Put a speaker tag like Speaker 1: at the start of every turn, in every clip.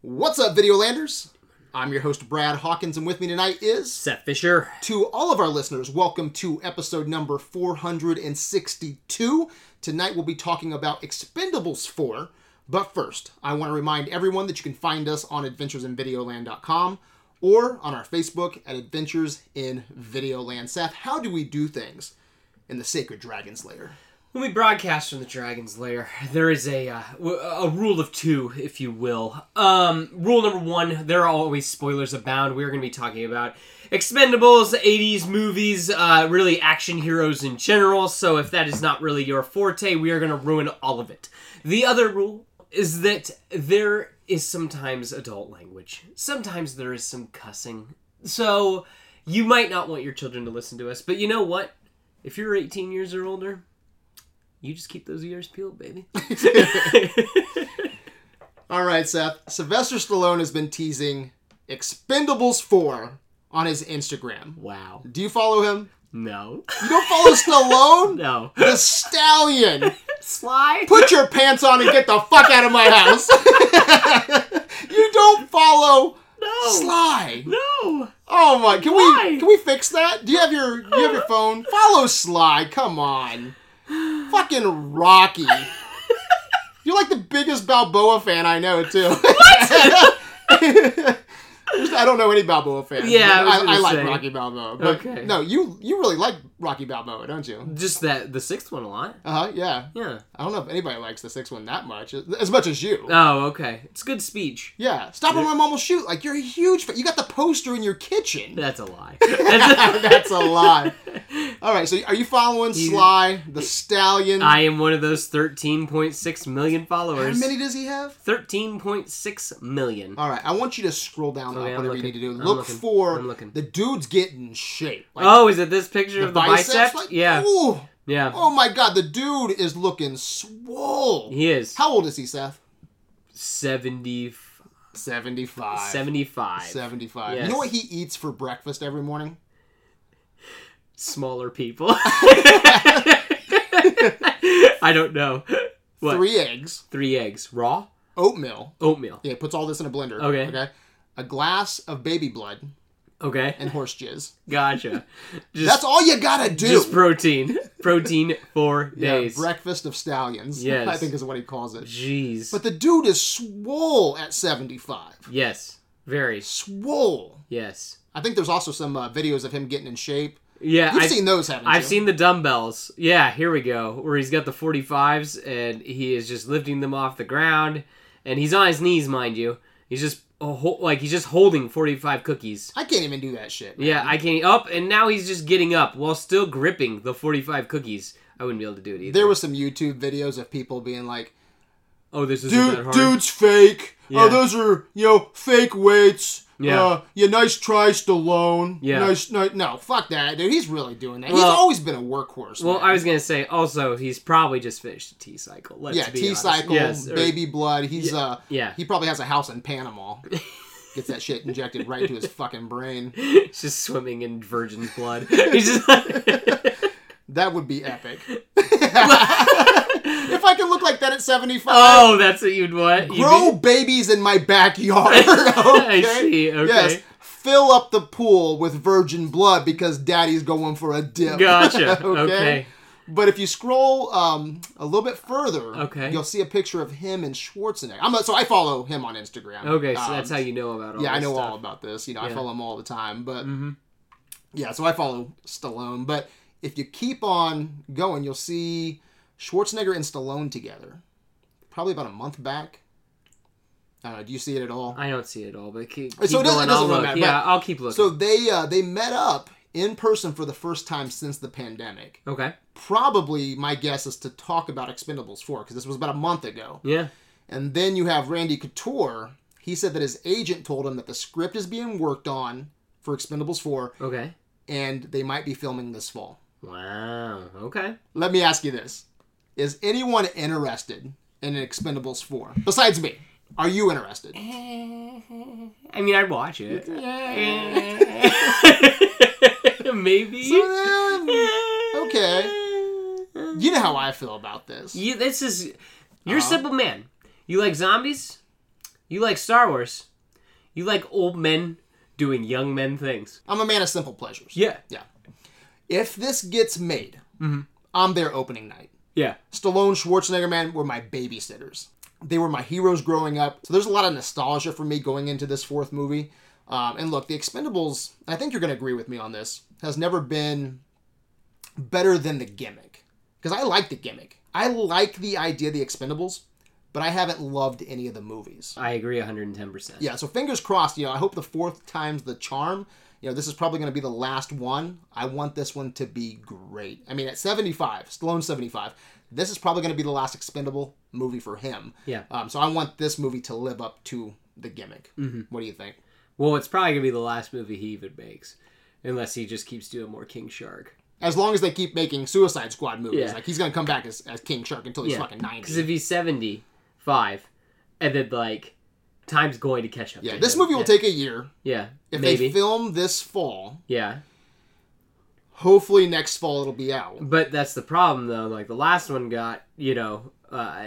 Speaker 1: What's up, Videolanders? I'm your host, Brad Hawkins, and with me tonight is.
Speaker 2: Seth Fisher.
Speaker 1: To all of our listeners, welcome to episode number 462. Tonight we'll be talking about Expendables 4, but first, I want to remind everyone that you can find us on adventuresinvideoland.com or on our Facebook at Adventures in Videoland. Seth, how do we do things in the Sacred Dragon's Lair?
Speaker 2: When we broadcast from the Dragon's Lair, there is a uh, w- a rule of two, if you will. Um, rule number one: there are always spoilers abound. We are going to be talking about Expendables, '80s movies, uh, really action heroes in general. So if that is not really your forte, we are going to ruin all of it. The other rule is that there is sometimes adult language. Sometimes there is some cussing. So you might not want your children to listen to us, but you know what? If you're 18 years or older, you just keep those ears peeled, baby.
Speaker 1: All right, Seth. Sylvester Stallone has been teasing Expendables 4 on his Instagram.
Speaker 2: wow.
Speaker 1: Do you follow him?
Speaker 2: No.
Speaker 1: You don't follow Stallone?
Speaker 2: No.
Speaker 1: The stallion.
Speaker 2: Sly?
Speaker 1: Put your pants on and get the fuck out of my house. you don't follow
Speaker 2: No.
Speaker 1: Sly.
Speaker 2: No.
Speaker 1: Oh my! Can
Speaker 2: Why?
Speaker 1: we can we fix that? Do you have your do you have your phone? Follow Sly. Come on. Fucking Rocky. You're like the biggest Balboa fan I know too. Just- I don't know any Balboa fans.
Speaker 2: Yeah, I
Speaker 1: but
Speaker 2: was
Speaker 1: I, I,
Speaker 2: gonna
Speaker 1: like
Speaker 2: say.
Speaker 1: Rocky Balboa. But
Speaker 2: Okay.
Speaker 1: No, you you really like Rocky Balboa, don't you?
Speaker 2: Just that the sixth one a lot.
Speaker 1: Uh huh. Yeah.
Speaker 2: Yeah.
Speaker 1: I don't know if anybody likes the sixth one that much, as much as you.
Speaker 2: Oh, okay. It's good speech.
Speaker 1: yeah. Stop or my mom will shoot. Like you're a huge fan. You got the poster in your kitchen.
Speaker 2: That's a lie. That's a-
Speaker 1: That's a lie. All right, so are you following Sly the Stallion?
Speaker 2: I am one of those 13.6 million
Speaker 1: How
Speaker 2: followers.
Speaker 1: many does he have?
Speaker 2: 13.6 million.
Speaker 1: All right, I want you to scroll down
Speaker 2: Okay,
Speaker 1: up,
Speaker 2: I'm
Speaker 1: whatever you
Speaker 2: looking.
Speaker 1: need to do.
Speaker 2: I'm
Speaker 1: Look
Speaker 2: looking.
Speaker 1: for
Speaker 2: I'm looking.
Speaker 1: the dude's getting in shape. Like,
Speaker 2: oh, is it this picture of the bicep?
Speaker 1: like,
Speaker 2: yeah.
Speaker 1: ooh,
Speaker 2: Yeah.
Speaker 1: oh my God, the dude is looking swole.
Speaker 2: He is
Speaker 1: How old is he, Seth?
Speaker 2: 70,
Speaker 1: 75.
Speaker 2: 75.
Speaker 1: 75.
Speaker 2: Yes.
Speaker 1: You know what he eats for breakfast every morning?
Speaker 2: Smaller people. I don't know. What?
Speaker 1: Three
Speaker 2: Three,
Speaker 1: eggs,
Speaker 2: eggs. Raw?
Speaker 1: oatmeal.
Speaker 2: Oatmeal.
Speaker 1: Yeah, puts all this in a blender.
Speaker 2: Okay.
Speaker 1: Okay. A glass of baby blood
Speaker 2: Okay.
Speaker 1: and horse jizz.
Speaker 2: Gotcha. Just,
Speaker 1: That's all you gotta do.
Speaker 2: just protein. Protein for
Speaker 1: Yeah,
Speaker 2: days.
Speaker 1: breakfast of stallions.
Speaker 2: Yes.
Speaker 1: I think is what he calls it.
Speaker 2: Jeez.
Speaker 1: But the dude is swole at 75.
Speaker 2: yes. Very.
Speaker 1: Swole.
Speaker 2: Yes.
Speaker 1: I think there's also some uh, videos of him getting in shape.
Speaker 2: Yeah.
Speaker 1: You've
Speaker 2: I-
Speaker 1: seen those, haven't you?
Speaker 2: I've seen the dumbbells. Yeah, here we go. Where he's got the 45s and he is just lifting them off the ground and he's on his knees, mind you. He's just a whole, like he's just holding 45 cookies.
Speaker 1: I can't even do that shit.
Speaker 2: Yeah, I can't up and now he's just getting up while still gripping the 45 cookies. I wouldn't be able to do it either.
Speaker 1: There was some YouTube videos of people being like,
Speaker 2: oh, this is that
Speaker 1: "Dude,
Speaker 2: hard.
Speaker 1: dude's fake.
Speaker 2: Yeah.
Speaker 1: Oh, those are you know fake weights."
Speaker 2: Yeah.
Speaker 1: Uh, yeah, nice try, Stallone.
Speaker 2: Yeah.
Speaker 1: Nice, no, no, fuck that, dude. He's really doing that. He's
Speaker 2: Well-
Speaker 1: always been a workhorse.
Speaker 2: Well,
Speaker 1: man.
Speaker 2: I was gonna say also he's probably just finished the T cycle. Let's
Speaker 1: Yeah,
Speaker 2: be
Speaker 1: T
Speaker 2: honest.
Speaker 1: cycle,
Speaker 2: Yes, or-
Speaker 1: baby blood. He's uh,
Speaker 2: yeah.
Speaker 1: He probably has a house in Panama. Gets that shit injected right into his fucking brain.
Speaker 2: He's just swimming in virgin's blood. He's just
Speaker 1: Uh, That would be epic. if I can look like that at seventy five,
Speaker 2: oh, that's what you'd want. You'd
Speaker 1: grow
Speaker 2: be-
Speaker 1: babies in my backyard. Okay?
Speaker 2: I see, okay.
Speaker 1: Yes. Fill up the pool with virgin blood because daddy's going for a dip.
Speaker 2: Gotcha. okay.
Speaker 1: But if you scroll um, a little bit further,
Speaker 2: Okay.
Speaker 1: you'll see a picture of him and Schwarzenegger. I'm a, so I follow him on Instagram.
Speaker 2: Okay, so
Speaker 1: Um,
Speaker 2: that's how you know about all
Speaker 1: yeah, I
Speaker 2: this
Speaker 1: know
Speaker 2: stuff. Mm-hmm.
Speaker 1: all Mm-hmm. about this. You know, I
Speaker 2: Yeah. Mm.
Speaker 1: follow him all the time. But yeah, so I follow Stallone. But if you keep on going, you'll see Schwarzenegger and Stallone together. Probably about a month back. I don't know. Do you see it at all?
Speaker 2: I don't see it all, but keep,
Speaker 1: So it
Speaker 2: keep
Speaker 1: doesn't-
Speaker 2: going.
Speaker 1: it doesn't
Speaker 2: I'll
Speaker 1: really
Speaker 2: look.
Speaker 1: matter,
Speaker 2: yeah,
Speaker 1: but-
Speaker 2: I'll keep looking.
Speaker 1: So they uh, they met up in person for the first time since the pandemic.
Speaker 2: okay.
Speaker 1: Probably my guess is to talk about Expendables 4 because this was about a month ago.
Speaker 2: Yeah.
Speaker 1: And then you have Randy Couture. He said that his agent told him that the script is being worked on for Expendables 4
Speaker 2: Okay.
Speaker 1: and they might be filming this fall.
Speaker 2: Wow. Okay.
Speaker 1: Let me ask you this. Is anyone interested in an Expendables 4? Besides me. Are you interested?
Speaker 2: I mean, I'd watch it. Maybe.
Speaker 1: okay. um, You know how I feel about this.
Speaker 2: You, this is. You're a simple man. You like zombies. You like Star Wars. You like old men doing young men things.
Speaker 1: I'm a man of simple pleasures.
Speaker 2: Yeah.
Speaker 1: Yeah. If this gets made, I'm there opening night.
Speaker 2: Yeah.
Speaker 1: Stallone, Schwarzenegger, man, were my babysitters. They were my heroes growing up. So there's a lot of nostalgia for me going into this fourth movie. Um, and look, The Expendables, I think you're going to agree with me on this, has never been better than the gimmick. Because I like the gimmick. I like the idea of The Expendables, but I haven't loved any of the movies.
Speaker 2: I agree 110%.
Speaker 1: Yeah, so fingers crossed, you know, I hope the fourth time's the charm. You know, this is probably going to be the last one. I want this one to be great. I mean, at 75, Stallone 75, this is probably going to be the last expendable movie for him.
Speaker 2: Yeah.
Speaker 1: Um, so I want this movie to live up to the gimmick.
Speaker 2: Mm-hmm.
Speaker 1: What do you think?
Speaker 2: Well, it's probably going to be the last movie he even makes. Unless he just keeps doing more King Shark.
Speaker 1: As long as they keep making Suicide Squad movies,
Speaker 2: Yeah.
Speaker 1: like he's going to come back as, as King Shark until he's fucking
Speaker 2: Because
Speaker 1: 90.
Speaker 2: if he's 75, and then, like, time's going to catch up.
Speaker 1: Yeah,
Speaker 2: to
Speaker 1: this
Speaker 2: him.
Speaker 1: movie will
Speaker 2: yeah.
Speaker 1: take a year.
Speaker 2: Yeah.
Speaker 1: If
Speaker 2: maybe.
Speaker 1: they film this fall,
Speaker 2: yeah.
Speaker 1: hopefully next fall it'll be out.
Speaker 2: But that's the problem, though. Like, the last one got, you know, uh,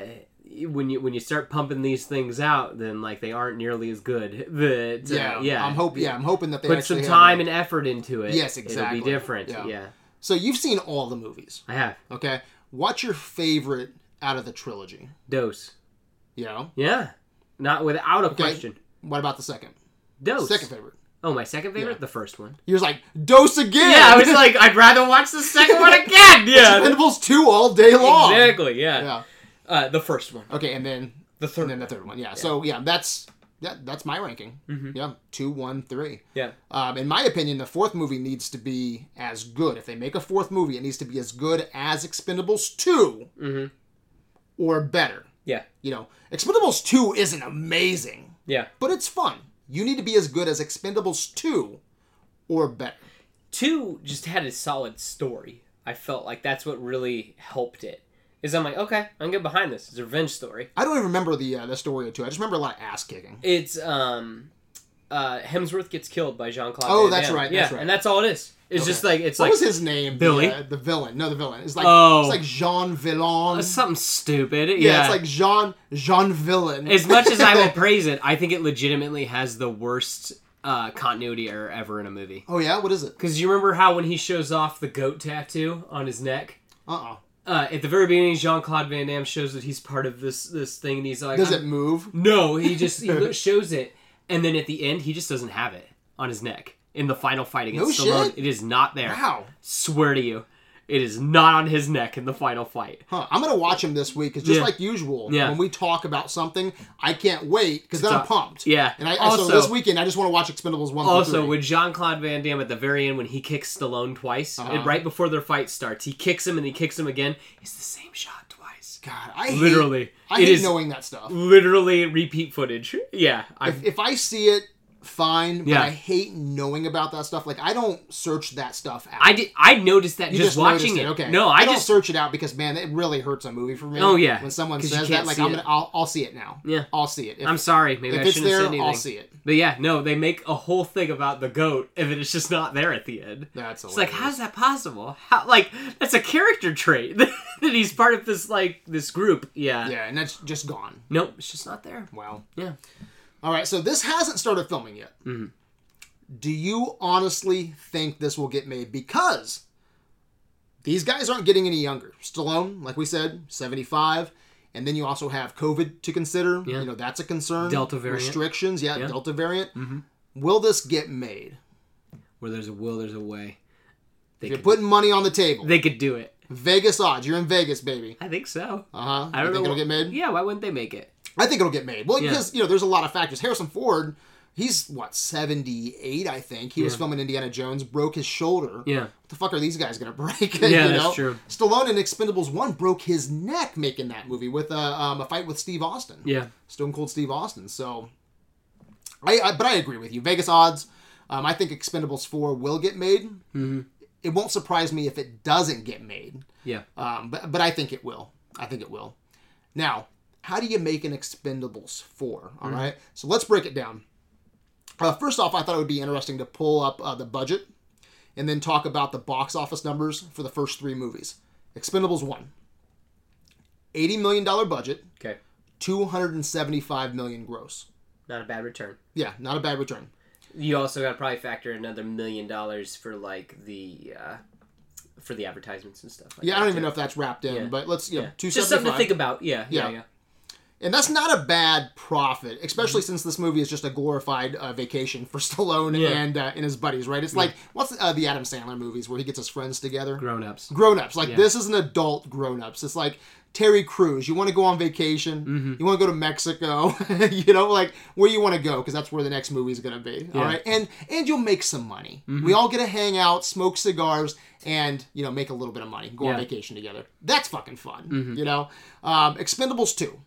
Speaker 2: when you when you start pumping these things out, then, like, they aren't nearly as good. But, uh,
Speaker 1: Yeah,
Speaker 2: yeah.
Speaker 1: I'm hope. Yeah, I'm hoping that they
Speaker 2: Put
Speaker 1: actually
Speaker 2: some
Speaker 1: have
Speaker 2: time
Speaker 1: a-
Speaker 2: and effort into it.
Speaker 1: Yes, exactly.
Speaker 2: It'll be different.
Speaker 1: Yeah.
Speaker 2: yeah.
Speaker 1: So you've seen all the movies,
Speaker 2: I have.
Speaker 1: okay? What's your favorite out of the trilogy?
Speaker 2: Dose.
Speaker 1: You know,
Speaker 2: Yeah. Not without a question.
Speaker 1: what about the second?
Speaker 2: Dose.
Speaker 1: Second favorite.
Speaker 2: Oh, my second favorite?
Speaker 1: Yeah.
Speaker 2: The first one.
Speaker 1: He was like, dose again.
Speaker 2: Yeah, I was like, I'd rather watch the second one again. Yeah.
Speaker 1: Expendables two all day long.
Speaker 2: Exactly, yeah.
Speaker 1: Yeah.
Speaker 2: Uh, the first one.
Speaker 1: Okay, and then
Speaker 2: The
Speaker 1: and
Speaker 2: third
Speaker 1: then the third one. Yeah. So yeah, that's that, that's my ranking.
Speaker 2: Mm-hmm.
Speaker 1: Yeah, two, one, three.
Speaker 2: Yeah.
Speaker 1: Um, in my opinion, the fourth movie needs to be as good. If they make a fourth movie, it needs to be as good as Expendables 2
Speaker 2: Mm-hmm,
Speaker 1: or better.
Speaker 2: Yeah.
Speaker 1: You know, Expendables 2 isn't amazing,
Speaker 2: Yeah.
Speaker 1: but it's fun. You need to be as good as Expendables 2 or better.
Speaker 2: Two just had a solid story. I felt like that's what really helped it. Is I'm like, okay, I'm get behind this. It's a revenge story.
Speaker 1: I don't even remember the uh, the story of 2. I just remember a lot of ass kicking.
Speaker 2: It's um uh Hemsworth gets killed by Jean Claude.
Speaker 1: Oh, that's right,
Speaker 2: Yeah,
Speaker 1: that's right.
Speaker 2: and that's all it is. It's just like it's
Speaker 1: What
Speaker 2: like
Speaker 1: was his name?
Speaker 2: Billy?
Speaker 1: The, uh, the villain. No, the villain. It's like
Speaker 2: Oh.
Speaker 1: it's like Jean Villain.
Speaker 2: something stupid. Yeah,
Speaker 1: yeah, it's like Jean Jean Villain.
Speaker 2: as much as I will praise it, I think it legitimately has the worst uh, continuity error ever in a movie.
Speaker 1: oh yeah, what is it?
Speaker 2: Because you remember how when he shows off the goat tattoo on his neck,
Speaker 1: Uh-uh.
Speaker 2: uh, at the very beginning, Jean Claude Van Damme shows that he's part of this this thing, and he's like,
Speaker 1: Does
Speaker 2: "I'm-"
Speaker 1: it move?
Speaker 2: No, he just he lo- shows it, and then at the end, he just doesn't have it on his neck in the final fight against
Speaker 1: No
Speaker 2: Stallone.
Speaker 1: shit?
Speaker 2: It is not there.
Speaker 1: Wow.
Speaker 2: Swear to you, it is not on his neck in the final fight.
Speaker 1: Huh. I'm gonna watch him this week 'cause just
Speaker 2: Yeah.
Speaker 1: like usual,
Speaker 2: Yeah.
Speaker 1: when we talk about something, I can't wait because then I'm
Speaker 2: up.
Speaker 1: pumped.
Speaker 2: Yeah.
Speaker 1: and I
Speaker 2: also,
Speaker 1: so this weekend I just want to watch Expendables one.
Speaker 2: Also,
Speaker 1: through three.
Speaker 2: with Jean Claude Van Damme at the very end, when he kicks Stallone twice,
Speaker 1: Uh-huh.
Speaker 2: and right before their fight starts, he kicks him and he kicks him again. It's the same shot twice.
Speaker 1: God, I hate-
Speaker 2: Literally,
Speaker 1: I
Speaker 2: it
Speaker 1: hate
Speaker 2: is
Speaker 1: knowing that stuff.
Speaker 2: literally repeat footage. Yeah, I
Speaker 1: If, if I see it, fine. But
Speaker 2: Yeah.
Speaker 1: I hate knowing about that stuff. Like I don't search that stuff out.
Speaker 2: I did I noticed that just,
Speaker 1: noticed
Speaker 2: watching it.
Speaker 1: Okay,
Speaker 2: No, I,
Speaker 1: don't
Speaker 2: just
Speaker 1: search it out because man, it really hurts a movie for me.
Speaker 2: Oh, yeah.
Speaker 1: when someone
Speaker 2: 'Cause you
Speaker 1: says that,
Speaker 2: can't
Speaker 1: like
Speaker 2: see
Speaker 1: I'm
Speaker 2: it.
Speaker 1: gonna, I'll, I'll see it now.
Speaker 2: Yeah.
Speaker 1: I'll see it. If,
Speaker 2: I'm sorry. Maybe
Speaker 1: if
Speaker 2: I
Speaker 1: it's
Speaker 2: shouldn't have
Speaker 1: there,
Speaker 2: said anything.
Speaker 1: I'll see it.
Speaker 2: But yeah, no, they make a whole thing about the goat, and then it's just not there at the end.
Speaker 1: That's
Speaker 2: It's like,
Speaker 1: hilarious.
Speaker 2: how's that possible? How like that's a character trait that he's part of this like this group. Yeah.
Speaker 1: Yeah, and that's just gone.
Speaker 2: Nope, it's just not there.
Speaker 1: Wow.
Speaker 2: Yeah. Mm-hmm.
Speaker 1: All right, so this hasn't started filming yet. Do you honestly think this will get made? Because these guys aren't getting any younger. Stallone, like we said, 75. And then you also have COVID to consider. You know, that's a concern.
Speaker 2: Delta variant. Mm-hmm.
Speaker 1: Restrictions, yeah, Delta variant. Will this get made?
Speaker 2: Where there's a will, there's a way. They
Speaker 1: You're
Speaker 2: could,
Speaker 1: putting money on the table.
Speaker 2: they could do it.
Speaker 1: Vegas odds. You're in Vegas, baby.
Speaker 2: I think so.
Speaker 1: Uh huh.
Speaker 2: I don't
Speaker 1: think
Speaker 2: know.
Speaker 1: it'll get made?
Speaker 2: Yeah, why wouldn't they make it?
Speaker 1: I think it'll get made. Well, because you know, there's a lot of factors. Harrison Ford, he's what 78, I think. He was filming Indiana Jones, broke his shoulder.
Speaker 2: Yeah.
Speaker 1: What the fuck are these guys gonna break?
Speaker 2: Yeah, that's true.
Speaker 1: Stallone in Expendables One broke his neck making that movie with a, um, a fight with Steve Austin.
Speaker 2: Yeah.
Speaker 1: Stone Cold Steve Austin. So, I, I but I agree with you. Vegas odds. Um, I think Expendables Four will get made. Mm-hmm. It won't surprise me if it doesn't get made.
Speaker 2: Yeah.
Speaker 1: Um, but, but I think it will. I think it will. Now, how do you make an Expendables 4?
Speaker 2: Mm.
Speaker 1: All right. So let's break it down. Uh, first off, I thought it would be interesting to pull up uh, the budget and then talk about the box office numbers for the first three movies. Expendables 1, $80 million budget,
Speaker 2: Okay.
Speaker 1: 275 million gross.
Speaker 2: Not a bad return.
Speaker 1: Yeah, not a bad return.
Speaker 2: You also got to probably factor another million dollars for like the uh, for the advertisements and stuff. Like
Speaker 1: Yeah, I
Speaker 2: that,
Speaker 1: don't even
Speaker 2: too.
Speaker 1: know if that's wrapped in,
Speaker 2: Yeah.
Speaker 1: but let's yeah, two
Speaker 2: Just something to think
Speaker 1: seventy five,
Speaker 2: about. Yeah, yeah,
Speaker 1: Yeah.
Speaker 2: yeah.
Speaker 1: and that's not a bad profit, especially since this movie is just a glorified uh, vacation for Stallone
Speaker 2: Yeah.
Speaker 1: and uh, and his buddies, right? It's like what's uh, the Adam Sandler movies where he gets his friends together,
Speaker 2: Grown ups.
Speaker 1: grown ups. Like this is an adult grown ups. It's like Terry Crews. You want to go on vacation? You want to go to Mexico? you know, like where you want to go because that's where the next movie is going to be. All right, and and you'll make some money. We all get to hang out, smoke cigars, and you know make a little bit of money. Go on
Speaker 2: Yeah.
Speaker 1: vacation together. That's fucking fun. You know, um, Expendables two.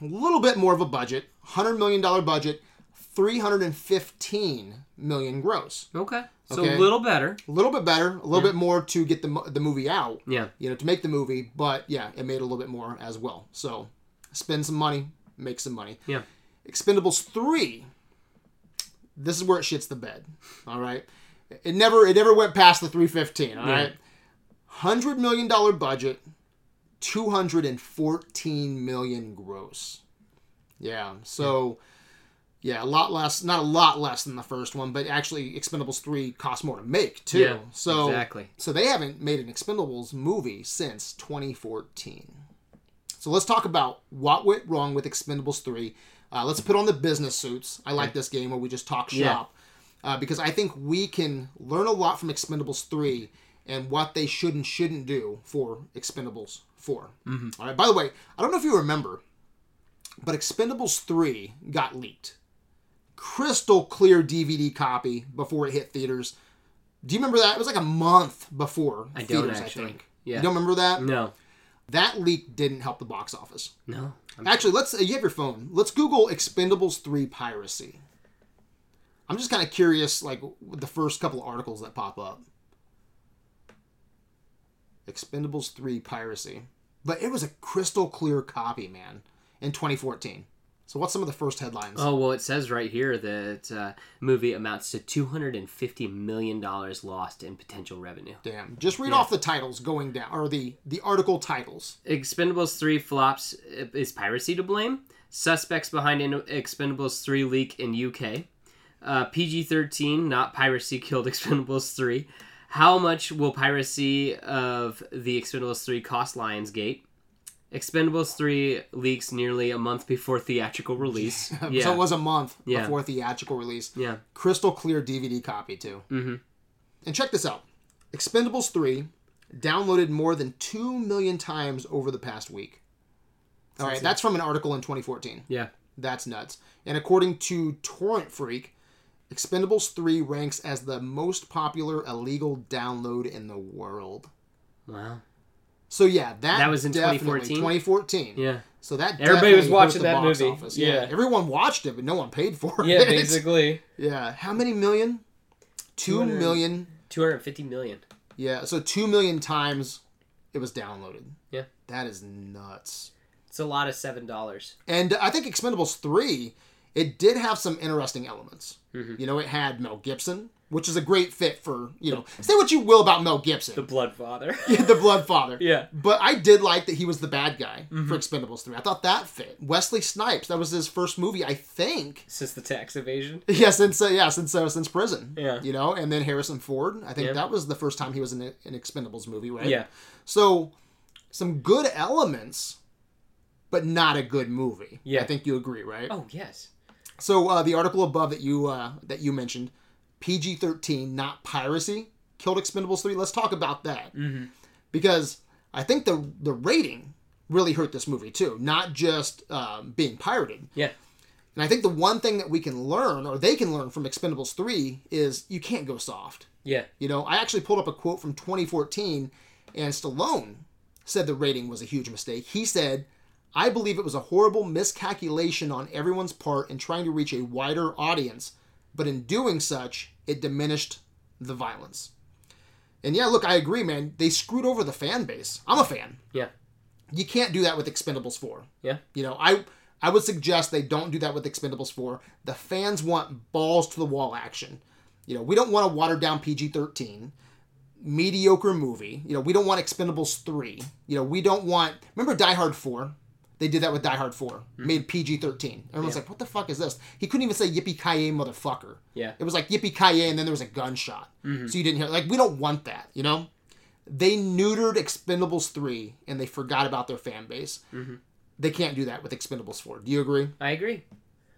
Speaker 1: A little bit more of a budget, hundred million dollar budget, three hundred and fifteen million gross.
Speaker 2: Okay. So
Speaker 1: Okay.
Speaker 2: a little better.
Speaker 1: A little bit better, a little bit more to get the mo- the movie out
Speaker 2: Yeah.
Speaker 1: you know, to make the movie, but yeah, it made a little bit more as well. So spend some money, make some money.
Speaker 2: Yeah.
Speaker 1: Expendables three. This is where it shits the bed. All right. It never it never went past the 315, All right,
Speaker 2: Yeah.
Speaker 1: Hundred million dollar budget, two hundred and fourteen million gross. Yeah. So yeah, a lot less not a lot less than the first one, but actually Expendables three cost more to make too.
Speaker 2: Yeah,
Speaker 1: so
Speaker 2: exactly.
Speaker 1: so they haven't made an Expendables movie since 2014. So let's talk about what went wrong with Expendables 3. Uh, let's put on the business suits. I like this game where we just talk
Speaker 2: Yeah.
Speaker 1: shop uh, because I think we can learn a lot from Expendables 3 and what they should and shouldn't do for Expendables 4. All right. By the way, I don't know if you remember, but Expendables 3 got leaked. Crystal clear DVD copy before it hit theaters. Do you remember that? It was like a month before
Speaker 2: I don't
Speaker 1: theaters,
Speaker 2: actually.
Speaker 1: I think.
Speaker 2: Yeah.
Speaker 1: You don't remember that?
Speaker 2: No.
Speaker 1: That leak didn't help the box office.
Speaker 2: No. I'm-
Speaker 1: Actually, let's. uh, You have your phone. Let's Google Expendables three piracy. I'm just kind of curious, like the first couple of articles that pop up. Expendables three piracy, but it was a crystal clear copy, man, in 2014. So what's some of the first headlines?
Speaker 2: Oh well, it says right here that uh, movie amounts to two hundred and fifty million dollars lost in potential revenue.
Speaker 1: Damn, just read off the titles going down, or the the article titles.
Speaker 2: Expendables 3 flops is piracy to blame. Suspects behind in- Expendables 3 leak in UK. Uh, PG 13, not piracy, killed Expendables 3. How much will piracy of the Expendables 3 cost Lionsgate? Expendables 3 leaks nearly a month before theatrical release. Yeah.
Speaker 1: So it was a month
Speaker 2: Yeah.
Speaker 1: before theatrical release.
Speaker 2: yeah.
Speaker 1: crystal clear DVD copy too. Mm-hmm. And check this out: Expendables three downloaded more than two million times over the past week. All right, that's from an article in 2014.
Speaker 2: Yeah.
Speaker 1: That's nuts. And according to Torrent Freak, Expendables three ranks as the most popular illegal download in the world.
Speaker 2: Wow.
Speaker 1: So yeah, that
Speaker 2: That was in
Speaker 1: definitely-
Speaker 2: 2014?
Speaker 1: 2014.
Speaker 2: Yeah.
Speaker 1: So that
Speaker 2: Everybody was
Speaker 1: definitely hurt
Speaker 2: watching
Speaker 1: the
Speaker 2: that
Speaker 1: box
Speaker 2: movie.
Speaker 1: office.
Speaker 2: Yeah.
Speaker 1: everyone watched it, but no one paid for it. Yeah. How many million? Two
Speaker 2: 200.
Speaker 1: million.
Speaker 2: 250 million.
Speaker 1: Yeah. So two million times it was downloaded.
Speaker 2: Yeah.
Speaker 1: That is nuts.
Speaker 2: It's a lot of $7.
Speaker 1: And I think Expendables three, it did have some interesting elements. You know, it had Mel Gibson, which is a great fit for you know. Say what you will about Mel Gibson,
Speaker 2: The
Speaker 1: the,
Speaker 2: Blood Father.
Speaker 1: Blood Father.
Speaker 2: yeah.
Speaker 1: But I did like that he was the bad guy for Expendables three. I thought that fit. Wesley Snipes. That was his first movie, I think.
Speaker 2: Since the tax evasion.
Speaker 1: Yeah, since uh, yeah, since uh, since prison.
Speaker 2: Yeah.
Speaker 1: you know, and then Harrison Ford. I think
Speaker 2: Yeah.
Speaker 1: that was the first time he was in a- an Expendables movie, right?
Speaker 2: Yeah.
Speaker 1: So, some good elements, but not a good movie.
Speaker 2: Yeah.
Speaker 1: I think you agree, right?
Speaker 2: Oh yes.
Speaker 1: So uh, the article above that you uh, that you mentioned, PG thirteen, not piracy, killed Expendables three. Let's talk about that mm-hmm. because I think the the rating really hurt this movie too, not just um, being pirated.
Speaker 2: Yeah.
Speaker 1: And I think the one thing that we can learn, or they can learn from Expendables 3, is you can't go soft.
Speaker 2: Yeah.
Speaker 1: You know, I actually pulled up a quote from 2014, and Stallone said the rating was a huge mistake. He said, I believe it was a horrible miscalculation on everyone's part in trying to reach a wider audience, but in doing such, it diminished the violence. And yeah, look, I agree, man. They screwed over the fan base. I'm a fan.
Speaker 2: Yeah.
Speaker 1: You can't do that with Expendables 4.
Speaker 2: Yeah.
Speaker 1: You know, I I would suggest they don't do that with Expendables 4. The fans want balls to the wall action. You know, we don't want a watered down PG 13 mediocre movie. You know, we don't want Expendables 3. You know, we don't want remember Die Hard 4? They did that with Die Hard 4, made PG 13. Everyone's like, what the fuck is this? He couldn't even say yippee ki motherfucker.
Speaker 2: Yeah.
Speaker 1: It was like yippee ki and then there was a gunshot. So you didn't hear, like, we don't want that, you know? They neutered Expendables 3 and they forgot about their fan base. They can't do that with Expendables 4. Do you agree?
Speaker 2: I agree.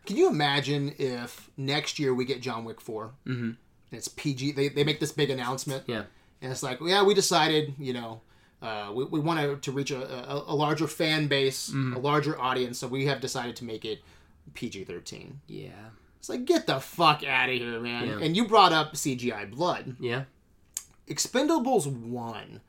Speaker 1: Can you imagine if next year we get John Wick 4 mm-hmm. and it's PG? They, they make this big announcement.
Speaker 2: Yeah.
Speaker 1: And it's like, yeah, we decided, you know, uh, we, we want to, to reach a, a, a larger fan base, a larger audience, so we have decided to make it PG 13.
Speaker 2: Yeah.
Speaker 1: It's like, get the fuck out of here, man.
Speaker 2: Yeah.
Speaker 1: And you brought up CGI blood.
Speaker 2: Yeah.
Speaker 1: Expendables 1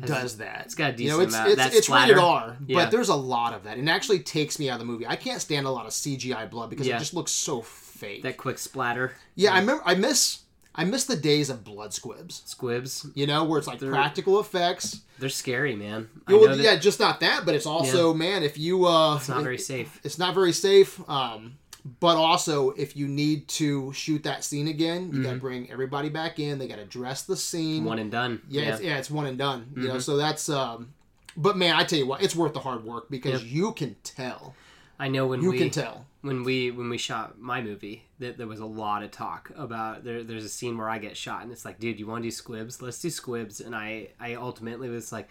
Speaker 1: does that.
Speaker 2: it's got a
Speaker 1: You know,
Speaker 2: decent
Speaker 1: it's,
Speaker 2: amount-
Speaker 1: it's,
Speaker 2: that
Speaker 1: it's rated
Speaker 2: splatter.
Speaker 1: R, but
Speaker 2: Yeah.
Speaker 1: there's a lot of that. And it actually takes me out of the movie. I can't stand a lot of CGI blood because
Speaker 2: Yeah.
Speaker 1: it just looks so fake.
Speaker 2: That quick splatter.
Speaker 1: yeah, I remember I miss I miss the days of blood squibs.
Speaker 2: Squibs.
Speaker 1: You know, where it's like practical effects.
Speaker 2: They're scary, man. I
Speaker 1: Well,
Speaker 2: know that
Speaker 1: yeah, just not that, but it's also man, if you uh,
Speaker 2: it's not very safe.
Speaker 1: it's not very safe. Um, but also if you need to shoot that scene again, you got to bring everybody back in. They got to dress the scene.
Speaker 2: Mm-hmm. One Mm-hmm. and done.
Speaker 1: yeah, It's, yeah, it's one and done. You know, so that's. Um, but man, I tell you what, it's worth the hard work because you can tell.
Speaker 2: I know when
Speaker 1: You
Speaker 2: we
Speaker 1: can tell.
Speaker 2: when we when we shot my movie that there was a lot of talk about there, there's a scene where i get shot and it's like dude you want to do squibs let's do squibs and i i ultimately was like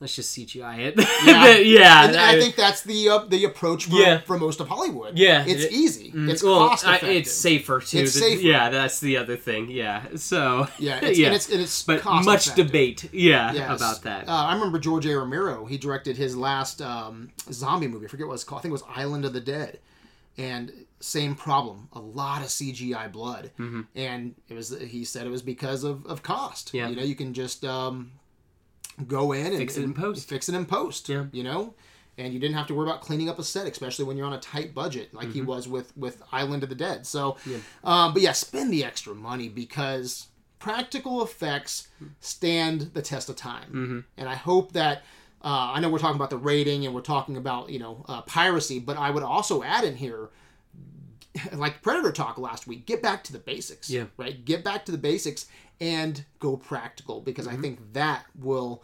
Speaker 2: let's just cgi it yeah,
Speaker 1: And I,
Speaker 2: that-
Speaker 1: think that's the uh, the approach for,
Speaker 2: Yeah.
Speaker 1: for most of Hollywood.
Speaker 2: Yeah.
Speaker 1: it's
Speaker 2: It- Mm,
Speaker 1: easy. It's
Speaker 2: well,
Speaker 1: cost
Speaker 2: I-
Speaker 1: effective.
Speaker 2: it's safer too
Speaker 1: It's
Speaker 2: The-
Speaker 1: safer.
Speaker 2: yeah that's the other thing yeah so
Speaker 1: yeah, it's,
Speaker 2: yeah
Speaker 1: And it's, and it's
Speaker 2: but
Speaker 1: cost
Speaker 2: much
Speaker 1: effective.
Speaker 2: debate yeah
Speaker 1: Yes.
Speaker 2: about that
Speaker 1: Uh, I remember George A. Romero. He directed his last um, zombie movie. I forget what it's called. I think it was Island of the Dead. And same problem. A lot of CGI blood.
Speaker 2: Mm-hmm.
Speaker 1: And it was. He said it was because of, of cost.
Speaker 2: Yeah.
Speaker 1: You know, you can just um, go in and
Speaker 2: Fix it in post.
Speaker 1: Fix it in post.
Speaker 2: Yeah.
Speaker 1: You know. And you didn't have to worry about cleaning up a set, especially when you're on a tight budget, like he was with with Island of the Dead. So, um, but yeah, spend the extra money because practical effects stand the test of time. And I hope that uh, I know we're talking about the rating and we're talking about you know uh, piracy, but I would also add in here, like Predator talk last week, get back to the basics.
Speaker 2: Yeah.
Speaker 1: Right. Get back to the basics and go practical because
Speaker 2: Mm-hmm.
Speaker 1: I think that will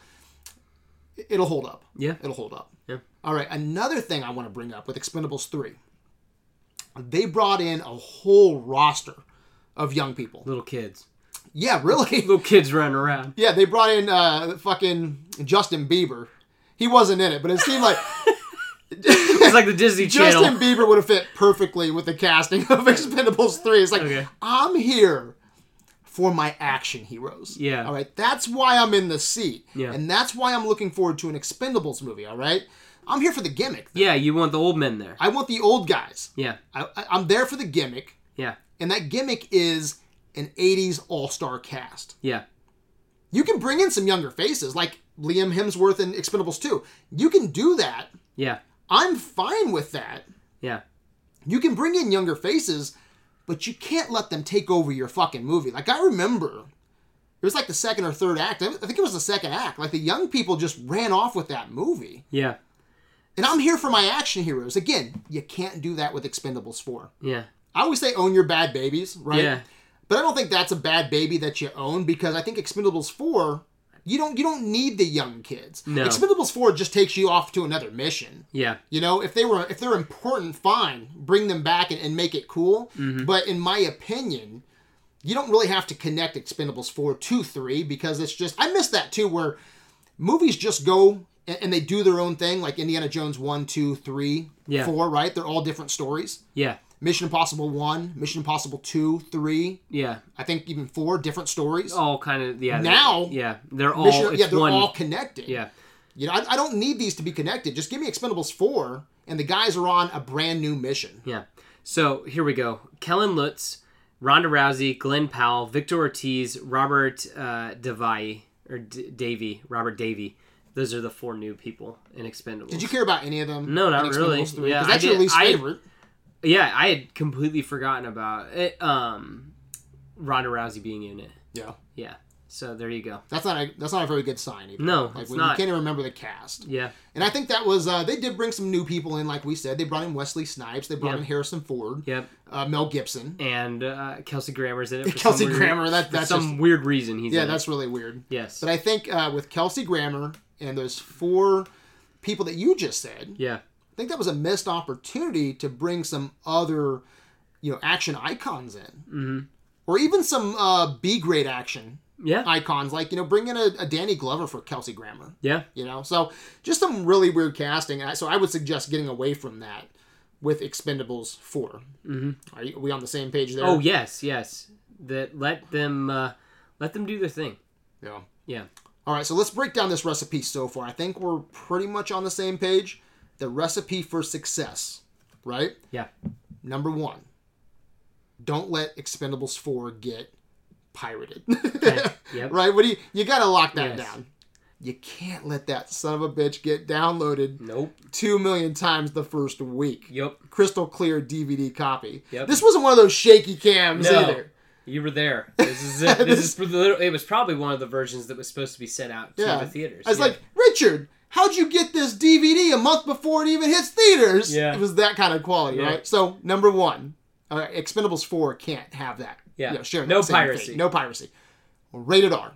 Speaker 1: it'll hold up.
Speaker 2: yeah
Speaker 1: It'll hold up.
Speaker 2: Yeah.
Speaker 1: All right. Another thing I want to bring up with Expendables three, they brought in a whole roster of young people.
Speaker 2: little kids
Speaker 1: Yeah, really.
Speaker 2: little kids running around
Speaker 1: Yeah, they brought in uh, fucking Justin Bieber. He wasn't in it, but it seemed like
Speaker 2: it's like the disney channel
Speaker 1: Justin Bieber would have fit perfectly with the casting of Expendables 3. It's like,
Speaker 2: Okay.
Speaker 1: I'm here for my action heroes.
Speaker 2: Yeah.
Speaker 1: All right. That's why I'm in the seat.
Speaker 2: Yeah.
Speaker 1: And that's why I'm looking forward to an Expendables movie. All right. I'm here for the gimmick.
Speaker 2: yeah you want the old men there
Speaker 1: I want the old guys.
Speaker 2: yeah
Speaker 1: I, I, I'm there for the gimmick.
Speaker 2: yeah
Speaker 1: And that gimmick is an 80s all star cast.
Speaker 2: yeah
Speaker 1: You can bring in some younger faces like Liam Hemsworth in Expendables 2. You can do that.
Speaker 2: yeah
Speaker 1: I'm fine with that.
Speaker 2: yeah
Speaker 1: You can bring in younger faces, but you can't let them take over your fucking movie. Like I remember it was like the second or third act. I think it was the second act. Like the young people just ran off with that movie.
Speaker 2: yeah
Speaker 1: And I'm here for my action heroes. Again, you can't do that with Expendables 4.
Speaker 2: yeah
Speaker 1: I always say own your bad babies, right?
Speaker 2: Yeah.
Speaker 1: But I don't think that's a bad baby that you own because I think Expendables 4 you don't you don't need the young kids.
Speaker 2: No.
Speaker 1: Expendables 4 just takes you off to another mission.
Speaker 2: yeah
Speaker 1: You know, if they were if they're important, fine, bring them back and, and make it cool.
Speaker 2: Mm-hmm.
Speaker 1: But in my opinion, you don't really have to connect Expendables four to three because it's just I miss that too, where movies just go and, and they do their own thing, like Indiana Jones one, two, three,
Speaker 2: Yeah.
Speaker 1: four, right? They're all different stories.
Speaker 2: yeah
Speaker 1: Mission Impossible one, Mission Impossible two, three,
Speaker 2: yeah
Speaker 1: I think even four different stories.
Speaker 2: all kind of yeah. they're-
Speaker 1: Now-
Speaker 2: yeah, they're all
Speaker 1: Mission-
Speaker 2: Oh, it's
Speaker 1: yeah, they're
Speaker 2: one.
Speaker 1: all connected.
Speaker 2: yeah,
Speaker 1: You know, I, I don't need these to be connected. Just give me Expendables four, and the guys are on a brand new mission.
Speaker 2: yeah. So here we go: Kellen Lutz, Ronda Rousey, Glenn Powell, Victor Ortiz, Robert uh, Davai or D- Davy, Robert Davy. Those are the four new people in Expendables.
Speaker 1: Did you care about any of them?
Speaker 2: No, not
Speaker 1: in Expendables
Speaker 2: really.
Speaker 1: 3?
Speaker 2: Yeah,
Speaker 1: 'Cause
Speaker 2: I
Speaker 1: that's your
Speaker 2: did-
Speaker 1: least
Speaker 2: I-
Speaker 1: favorite.
Speaker 2: yeah, I had completely forgotten about it. Um, Ronda Rousey being in it.
Speaker 1: Yeah,
Speaker 2: Yeah. So there you go.
Speaker 1: that's not a that's not a very good sign. Either.
Speaker 2: No,
Speaker 1: like
Speaker 2: it's
Speaker 1: when
Speaker 2: not.
Speaker 1: you can't even remember the cast.
Speaker 2: Yeah.
Speaker 1: And I think that was uh, they did bring some new people in, like we said. They brought in Wesley Snipes. They brought
Speaker 2: Yeah.
Speaker 1: in Harrison Ford.
Speaker 2: Yep.
Speaker 1: Uh, Mel Gibson.
Speaker 2: And uh, Kelsey Grammer's in it. For
Speaker 1: Kelsey
Speaker 2: some weird-
Speaker 1: Grammer. That
Speaker 2: for
Speaker 1: that's
Speaker 2: some
Speaker 1: just,
Speaker 2: weird reason he's
Speaker 1: yeah,
Speaker 2: in it.
Speaker 1: that's really weird.
Speaker 2: yes.
Speaker 1: But I think uh, with Kelsey Grammer and those four people that you just said,
Speaker 2: yeah.
Speaker 1: think that was a missed opportunity to bring some other, you know, action icons in, mm-hmm. or even some uh, B grade action
Speaker 2: Yeah.
Speaker 1: icons, like you know, bring in a, a Danny Glover for Kelsey Grammer.
Speaker 2: yeah.
Speaker 1: You know, so just some really weird casting. I- So I would suggest getting away from that with Expendables 4 Mm-hmm. Are, you, are we on the same page there?
Speaker 2: Oh yes, yes. That let them uh, let them do their thing.
Speaker 1: yeah.
Speaker 2: Yeah.
Speaker 1: All right, so let's break down this recipe so far. I think we're pretty much on the same page. The recipe for success, right?
Speaker 2: Yeah.
Speaker 1: Number one, don't let Expendables 4 get pirated.
Speaker 2: yep.
Speaker 1: Right? What do you you gotta lock that
Speaker 2: Yes.
Speaker 1: down. You can't let that son of a bitch get downloaded
Speaker 2: Nope.
Speaker 1: two million times the first week.
Speaker 2: Yep.
Speaker 1: Crystal clear DVD copy.
Speaker 2: Yep.
Speaker 1: This wasn't one of those shaky cams
Speaker 2: No.
Speaker 1: either.
Speaker 2: You were there. This is it. This, is for the. It was probably one of the versions that was supposed to be sent out to
Speaker 1: Yeah.
Speaker 2: the theaters.
Speaker 1: I was
Speaker 2: Yeah.
Speaker 1: like, Richard, how'd you get this DVD a month before it even hits theaters?
Speaker 2: Yeah.
Speaker 1: It was that kind of quality,
Speaker 2: Yeah.
Speaker 1: right? So, number one, uh, Expendables 4 can't have that.
Speaker 2: Yeah.
Speaker 1: You know, sharing
Speaker 2: No
Speaker 1: that same thing.
Speaker 2: piracy.
Speaker 1: No piracy. Rated R,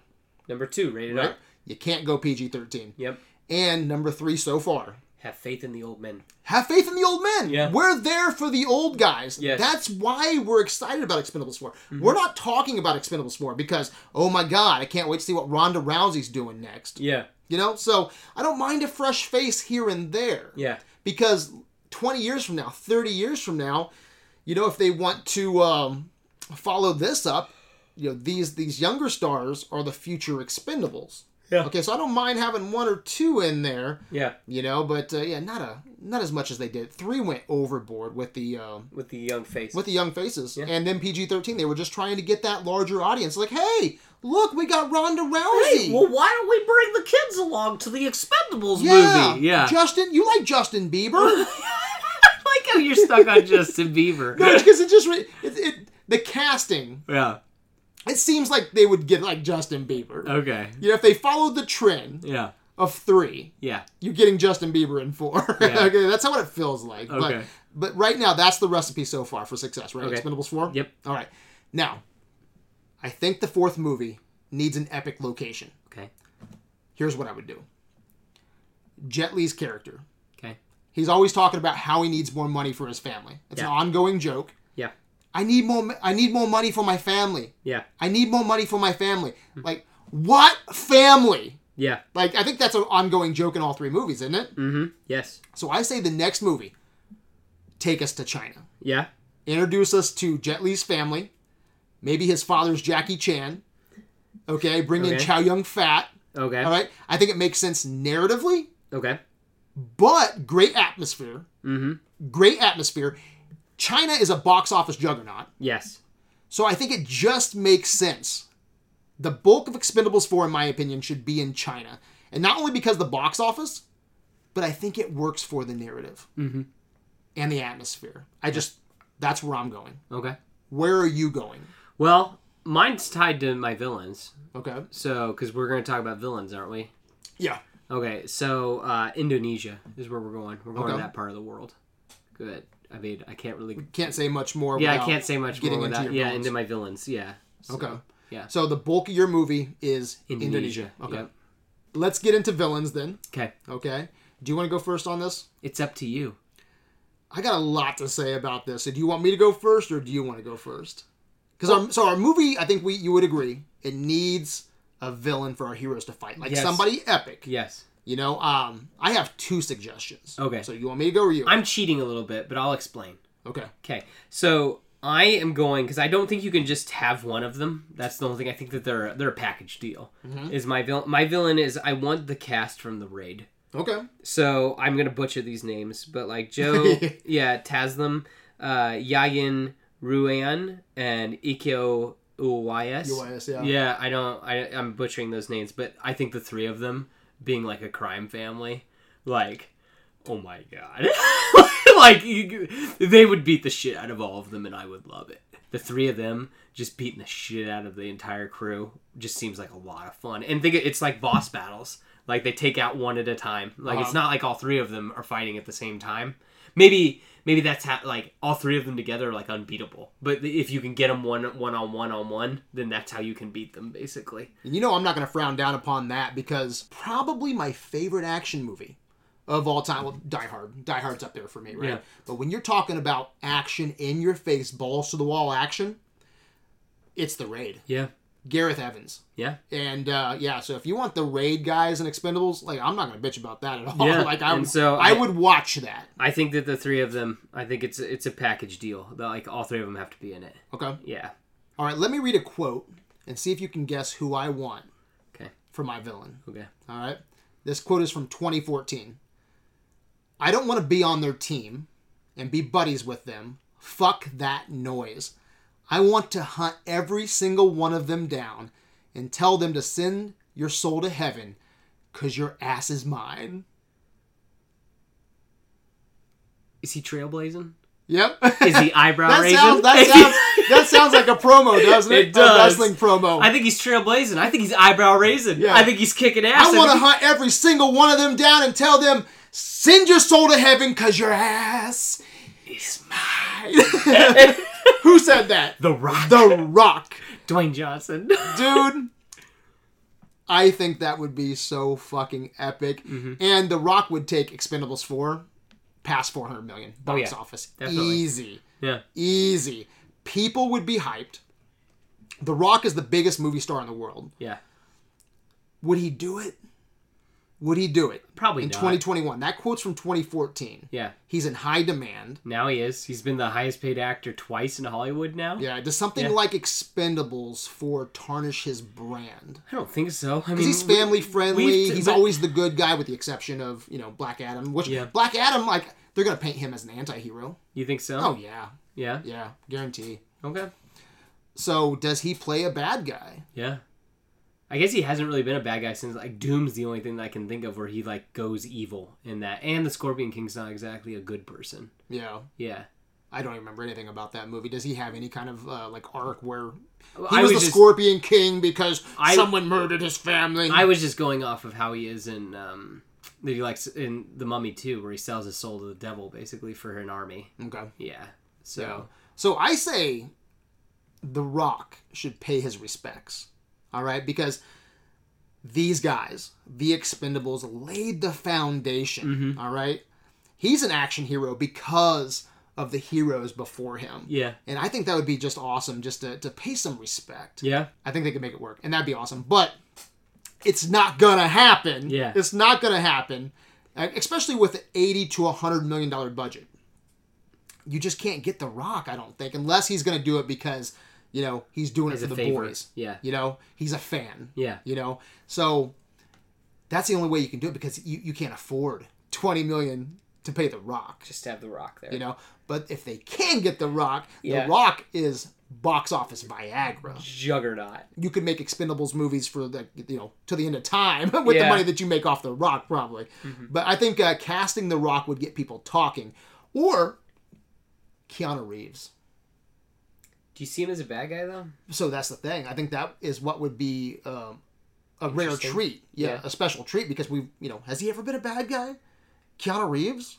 Speaker 2: number two, rated
Speaker 1: right?
Speaker 2: R.
Speaker 1: You can't go PG 13.
Speaker 2: Yep.
Speaker 1: And number three so far.
Speaker 2: Have faith in the old men.
Speaker 1: Have faith in the old men.
Speaker 2: Yeah.
Speaker 1: We're there for the old guys.
Speaker 2: Yes. Mm-hmm.
Speaker 1: That's why we're excited about Expendables 4. We're not talking about Expendables 4 because, oh my God, I can't wait to see what Ronda Rousey's doing next.
Speaker 2: Yeah.
Speaker 1: You know, so I don't mind a fresh face here and there.
Speaker 2: Yeah.
Speaker 1: Because 20 years from now, 30 years from now, you know, if they want to um, follow this up, you know, these these younger stars are the future Expendables.
Speaker 2: Yeah.
Speaker 1: Okay, so I don't mind having one or two in there,
Speaker 2: Yeah.
Speaker 1: you know, but uh, yeah, not a not as much as they did. Three went overboard with the um,
Speaker 2: With the young face.
Speaker 1: with the young faces,
Speaker 2: Yeah.
Speaker 1: and then PG thirteen. They were just trying to get that larger audience. Like, hey, look, we got Ronda Rousey.
Speaker 2: Hey, well, why don't we bring the kids along to the Expendables movie? Yeah.
Speaker 1: Justin, you like Justin Bieber?
Speaker 2: I like how you're stuck on Justin Bieber.
Speaker 1: Because it just re- it, it the casting.
Speaker 2: Yeah.
Speaker 1: It seems like they would get like Justin Bieber.
Speaker 2: Okay.
Speaker 1: You know, if they followed the trend
Speaker 2: Yeah.
Speaker 1: of three,
Speaker 2: Yeah.
Speaker 1: you're getting Justin Bieber in four.
Speaker 2: Yeah.
Speaker 1: okay, that's what it feels like.
Speaker 2: Okay.
Speaker 1: But but right now, that's the recipe so far for success. Right,
Speaker 2: Okay.
Speaker 1: Expendables four.
Speaker 2: Yep.
Speaker 1: All right. Now, I think the fourth movie needs an epic location.
Speaker 2: Okay.
Speaker 1: Here's what I would do. Jet Li's character.
Speaker 2: Okay.
Speaker 1: He's always talking about how he needs more money for his family. It's an
Speaker 2: Yeah.
Speaker 1: ongoing joke.
Speaker 2: Yeah.
Speaker 1: I need more. m- I need more money for my family.
Speaker 2: Yeah.
Speaker 1: I need more money for my family. Like what family?
Speaker 2: Yeah.
Speaker 1: Like I think that's an ongoing joke in all three movies, isn't it?
Speaker 2: Mm-hmm. Yes.
Speaker 1: So I say the next movie, take us to China,
Speaker 2: Yeah.
Speaker 1: introduce us to Jet Li's family, maybe his father's Jackie Chan. Okay, bring in
Speaker 2: Okay.
Speaker 1: Chow Yun Fat.
Speaker 2: Okay.
Speaker 1: All right, I think it makes sense narratively,
Speaker 2: Okay.
Speaker 1: but great atmosphere.
Speaker 2: Mhm.
Speaker 1: Great atmosphere. China is a box office juggernaut.
Speaker 2: Yes.
Speaker 1: So I think it just makes sense. The bulk of Expendables 4, in my opinion, should be in China. And not only because of the box office, but I think it works for the narrative
Speaker 2: Mm-hmm.
Speaker 1: and the atmosphere. I just, that's where I'm going.
Speaker 2: Okay.
Speaker 1: Where are you going?
Speaker 2: Well, mine's tied to my villains.
Speaker 1: Okay.
Speaker 2: So, because we're going to talk about villains, aren't we?
Speaker 1: Yeah.
Speaker 2: Okay. So, uh, Indonesia is where we're going. We're going
Speaker 1: Okay.
Speaker 2: to that part of the world. Good. I mean, I can't really.
Speaker 1: Can't say much more.
Speaker 2: Yeah, I
Speaker 1: without-
Speaker 2: can't say much more
Speaker 1: getting into
Speaker 2: without.
Speaker 1: your
Speaker 2: yeah,
Speaker 1: villains.
Speaker 2: into my villains. Yeah. So,
Speaker 1: Okay.
Speaker 2: yeah.
Speaker 1: So the bulk of your movie is Indonesia. Okay.
Speaker 2: Yep.
Speaker 1: Let's get into villains then.
Speaker 2: Okay.
Speaker 1: Okay. Do you want to go first on this?
Speaker 2: It's up to you.
Speaker 1: I got a lot to say about this. So do you want me to go first, or do you want to go first? Because our so our movie, I think we you would agree, it needs a villain for our heroes to fight, like
Speaker 2: Yes.
Speaker 1: somebody epic.
Speaker 2: Yes.
Speaker 1: You know, um, I have two suggestions.
Speaker 2: Okay.
Speaker 1: So you want me to go or you?
Speaker 2: I'm cheating a little bit, but I'll explain.
Speaker 1: okay.
Speaker 2: Okay, so I am going because I don't think you can just have one of them. That's the only thing I think that they're they're a package deal.
Speaker 1: Mm-hmm.
Speaker 2: Is my villain? My villain is I want the cast from the raid.
Speaker 1: Okay.
Speaker 2: So I'm gonna butcher these names, but like Joe, yeah, Taslim, uh, Yayin Ruan, and Ikyo Uwais.
Speaker 1: UYS, yeah.
Speaker 2: Yeah, I don't. I, I'm butchering those names, but I think the three of them being like a crime family, like, oh my god, like you, they would beat the shit out of all of them, and I would love it. The three of them just beating the shit out of the entire crew just seems like a lot of fun. And think it- it's like boss battles. Like they take out one at a time. Like it's not like all three of them are fighting at the same time. Maybe maybe that's how like all three of them together are like unbeatable. But if you can get them one one on one on one, then that's how you can beat them basically.
Speaker 1: And you know I'm not going to frown down upon that because probably my favorite action movie of all time. Well, Die Hard. Die Hard's up there for me, right?
Speaker 2: Yeah.
Speaker 1: But when you're talking about action in your face, balls to the wall action, it's the raid.
Speaker 2: Yeah.
Speaker 1: Gareth Evans.
Speaker 2: Yeah.
Speaker 1: And uh, yeah, so if you want the raid guys and Expendables, like I'm not gonna bitch about that at all.
Speaker 2: Yeah,
Speaker 1: like I
Speaker 2: and
Speaker 1: would,
Speaker 2: so
Speaker 1: I,
Speaker 2: I-
Speaker 1: would watch that.
Speaker 2: I think that the three of them. I think it's it's a package deal. That like all three of them have to be in it.
Speaker 1: Okay.
Speaker 2: Yeah.
Speaker 1: All right. Let me read a quote and see if you can guess who I want
Speaker 2: Okay.
Speaker 1: for my villain.
Speaker 2: Okay.
Speaker 1: All right. This quote is from 2014. I don't want to be on their team and be buddies with them. Fuck that noise. I want to hunt every single one of them down and tell them to send your soul to heaven because your ass is mine.
Speaker 2: Is he trailblazing?
Speaker 1: Yep.
Speaker 2: Is he eyebrow
Speaker 1: that,
Speaker 2: raising?
Speaker 1: sounds, that, sounds, that sounds like a promo, doesn't it?
Speaker 2: It
Speaker 1: A
Speaker 2: does.
Speaker 1: wrestling promo.
Speaker 2: I think he's trailblazing. I think he's eyebrow raising.
Speaker 1: Yeah.
Speaker 2: I think he's kicking ass.
Speaker 1: I want to
Speaker 2: think
Speaker 1: hunt every single one of them down and tell them, send your soul to heaven because your ass is mine. Who said that?
Speaker 2: The Rock,
Speaker 1: The Rock.
Speaker 2: Dwayne Johnson.
Speaker 1: Dude. I think that would be so fucking epic.
Speaker 2: Mm-hmm.
Speaker 1: And The Rock would take Expendables 4 past 400 million box
Speaker 2: Oh, yeah.
Speaker 1: office.
Speaker 2: Definitely.
Speaker 1: Easy.
Speaker 2: yeah.
Speaker 1: Easy. People would be hyped. The Rock is the biggest movie star in the world.
Speaker 2: Yeah.
Speaker 1: Would he do it? Would he do it?
Speaker 2: Probably
Speaker 1: in
Speaker 2: not.
Speaker 1: 2021. That quote's from 2014.
Speaker 2: Yeah.
Speaker 1: He's in high demand.
Speaker 2: Now he is. He's been the highest paid actor twice in Hollywood now.
Speaker 1: Yeah, does something like Expendables for tarnish his brand?
Speaker 2: I don't think so. I mean,
Speaker 1: He's family friendly.
Speaker 2: we've-
Speaker 1: He's
Speaker 2: but-
Speaker 1: always the good guy, with the exception of you know Black Adam. Which
Speaker 2: Yeah.
Speaker 1: Black Adam, like they're gonna paint him as an anti-hero.
Speaker 2: you think so?
Speaker 1: Oh yeah,
Speaker 2: yeah.
Speaker 1: yeah, guarantee.
Speaker 2: Okay.
Speaker 1: So does he play a bad guy?
Speaker 2: Yeah. I guess he hasn't really been a bad guy since like Doom's the only thing that I can think of where he like goes evil in that. And the Scorpion King's not exactly a good person.
Speaker 1: Yeah,
Speaker 2: Yeah.
Speaker 1: I don't remember anything about that movie. Does he have any kind of uh, like arc where he
Speaker 2: I
Speaker 1: was,
Speaker 2: was
Speaker 1: the
Speaker 2: just-
Speaker 1: Scorpion King because
Speaker 2: I-
Speaker 1: someone murdered his family?
Speaker 2: I was just going off of how he is in um that he likes in The Mummy too, where he sells his soul to the devil basically for an army.
Speaker 1: okay.
Speaker 2: Yeah. So
Speaker 1: So I say The Rock should pay his respects. All right? Because these guys, the Expendables, laid the foundation.
Speaker 2: Mm-hmm.
Speaker 1: all right? He's an action hero because of the heroes before him.
Speaker 2: Yeah.
Speaker 1: And I think that would be just awesome just to, to pay some respect.
Speaker 2: Yeah.
Speaker 1: I think they could make it work, and that'd be awesome. But it's not gonna happen.
Speaker 2: Yeah.
Speaker 1: it's not gonna happen, uh, especially with an eighty to a hundred million dollar budget. You just can't get The Rock, I don't think, unless he's gonna do it because you know he's doing it
Speaker 2: a
Speaker 1: for the
Speaker 2: favorite.
Speaker 1: boys.
Speaker 2: Yeah.
Speaker 1: you know he's a fan.
Speaker 2: Yeah.
Speaker 1: you know so that's the only way you can do it because you, you can't afford twenty million to pay The Rock.
Speaker 2: Just have the rock there.
Speaker 1: You know, but if they can get The Rock,
Speaker 2: Yeah.
Speaker 1: The Rock is box office Viagra
Speaker 2: Juggernaut.
Speaker 1: you could make Expendables movies for the you know to the end of time with the
Speaker 2: Yeah. Mm-hmm.
Speaker 1: money that you make off the Rock probably. But I think uh, casting the Rock would get people talking, or Keanu Reeves.
Speaker 2: Do you see him as a bad guy though?
Speaker 1: So that's the thing. I think that is what would be um, a rare
Speaker 2: Interesting.
Speaker 1: treat, yeah,
Speaker 2: Yeah.
Speaker 1: a special treat because we you know has he ever been a bad guy? Keanu Reeves.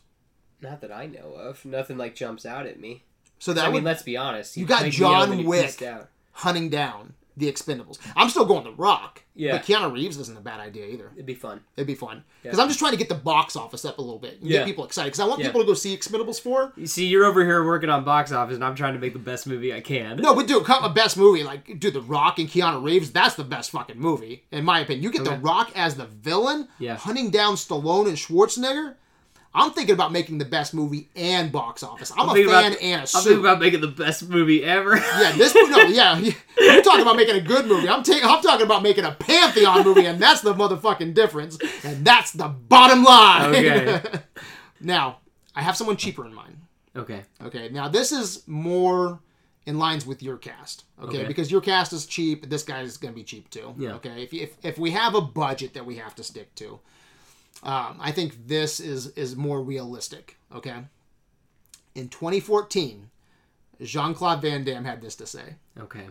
Speaker 2: Not that I know of. Nothing like jumps out at me.
Speaker 1: So that
Speaker 2: I
Speaker 1: would
Speaker 2: mean, let's be honest. He
Speaker 1: You got
Speaker 2: played
Speaker 1: John
Speaker 2: Neo and he
Speaker 1: Wick.
Speaker 2: peaced out.
Speaker 1: hunting down the Expendables. I'm still going the Rock.
Speaker 2: Yeah.
Speaker 1: But Keanu Reeves isn't a bad idea either.
Speaker 2: It'd be fun.
Speaker 1: It'd be fun because I'm just trying to get the box office up a little bit, and
Speaker 2: Yeah.
Speaker 1: get people excited. Because I want
Speaker 2: Yeah.
Speaker 1: people to go see Expendables four.
Speaker 2: You see, you're over here working on box office, and I'm trying to make the best movie I can.
Speaker 1: No, but dude, come a best movie like dude, The Rock and Keanu Reeves. That's the best fucking movie in my opinion. You get The Rock as the villain,
Speaker 2: Yeah.
Speaker 1: hunting down Stallone and Schwarzenegger. I'm thinking about making the best movie and box office. I'm, a
Speaker 2: thinking
Speaker 1: fan
Speaker 2: about-
Speaker 1: and a
Speaker 2: I'm thinking
Speaker 1: suit.
Speaker 2: about making the best movie ever.
Speaker 1: yeah, this no, yeah, yeah. You're talking about making a good movie. I'm taking. I'm talking about making a pantheon movie, and that's the motherfucking difference. And that's the bottom line.
Speaker 2: Okay.
Speaker 1: now, I have someone cheaper in mind.
Speaker 2: okay.
Speaker 1: Okay, now this is more in lines with your cast. Okay,
Speaker 2: Okay.
Speaker 1: because your cast is cheap. This guy is going to be cheap too.
Speaker 2: Yeah.
Speaker 1: Okay, if, if if we have a budget that we have to stick to, um, I think this is is more realistic. Okay. In 2014, Jean Claude Van Damme had this to say.
Speaker 2: Okay.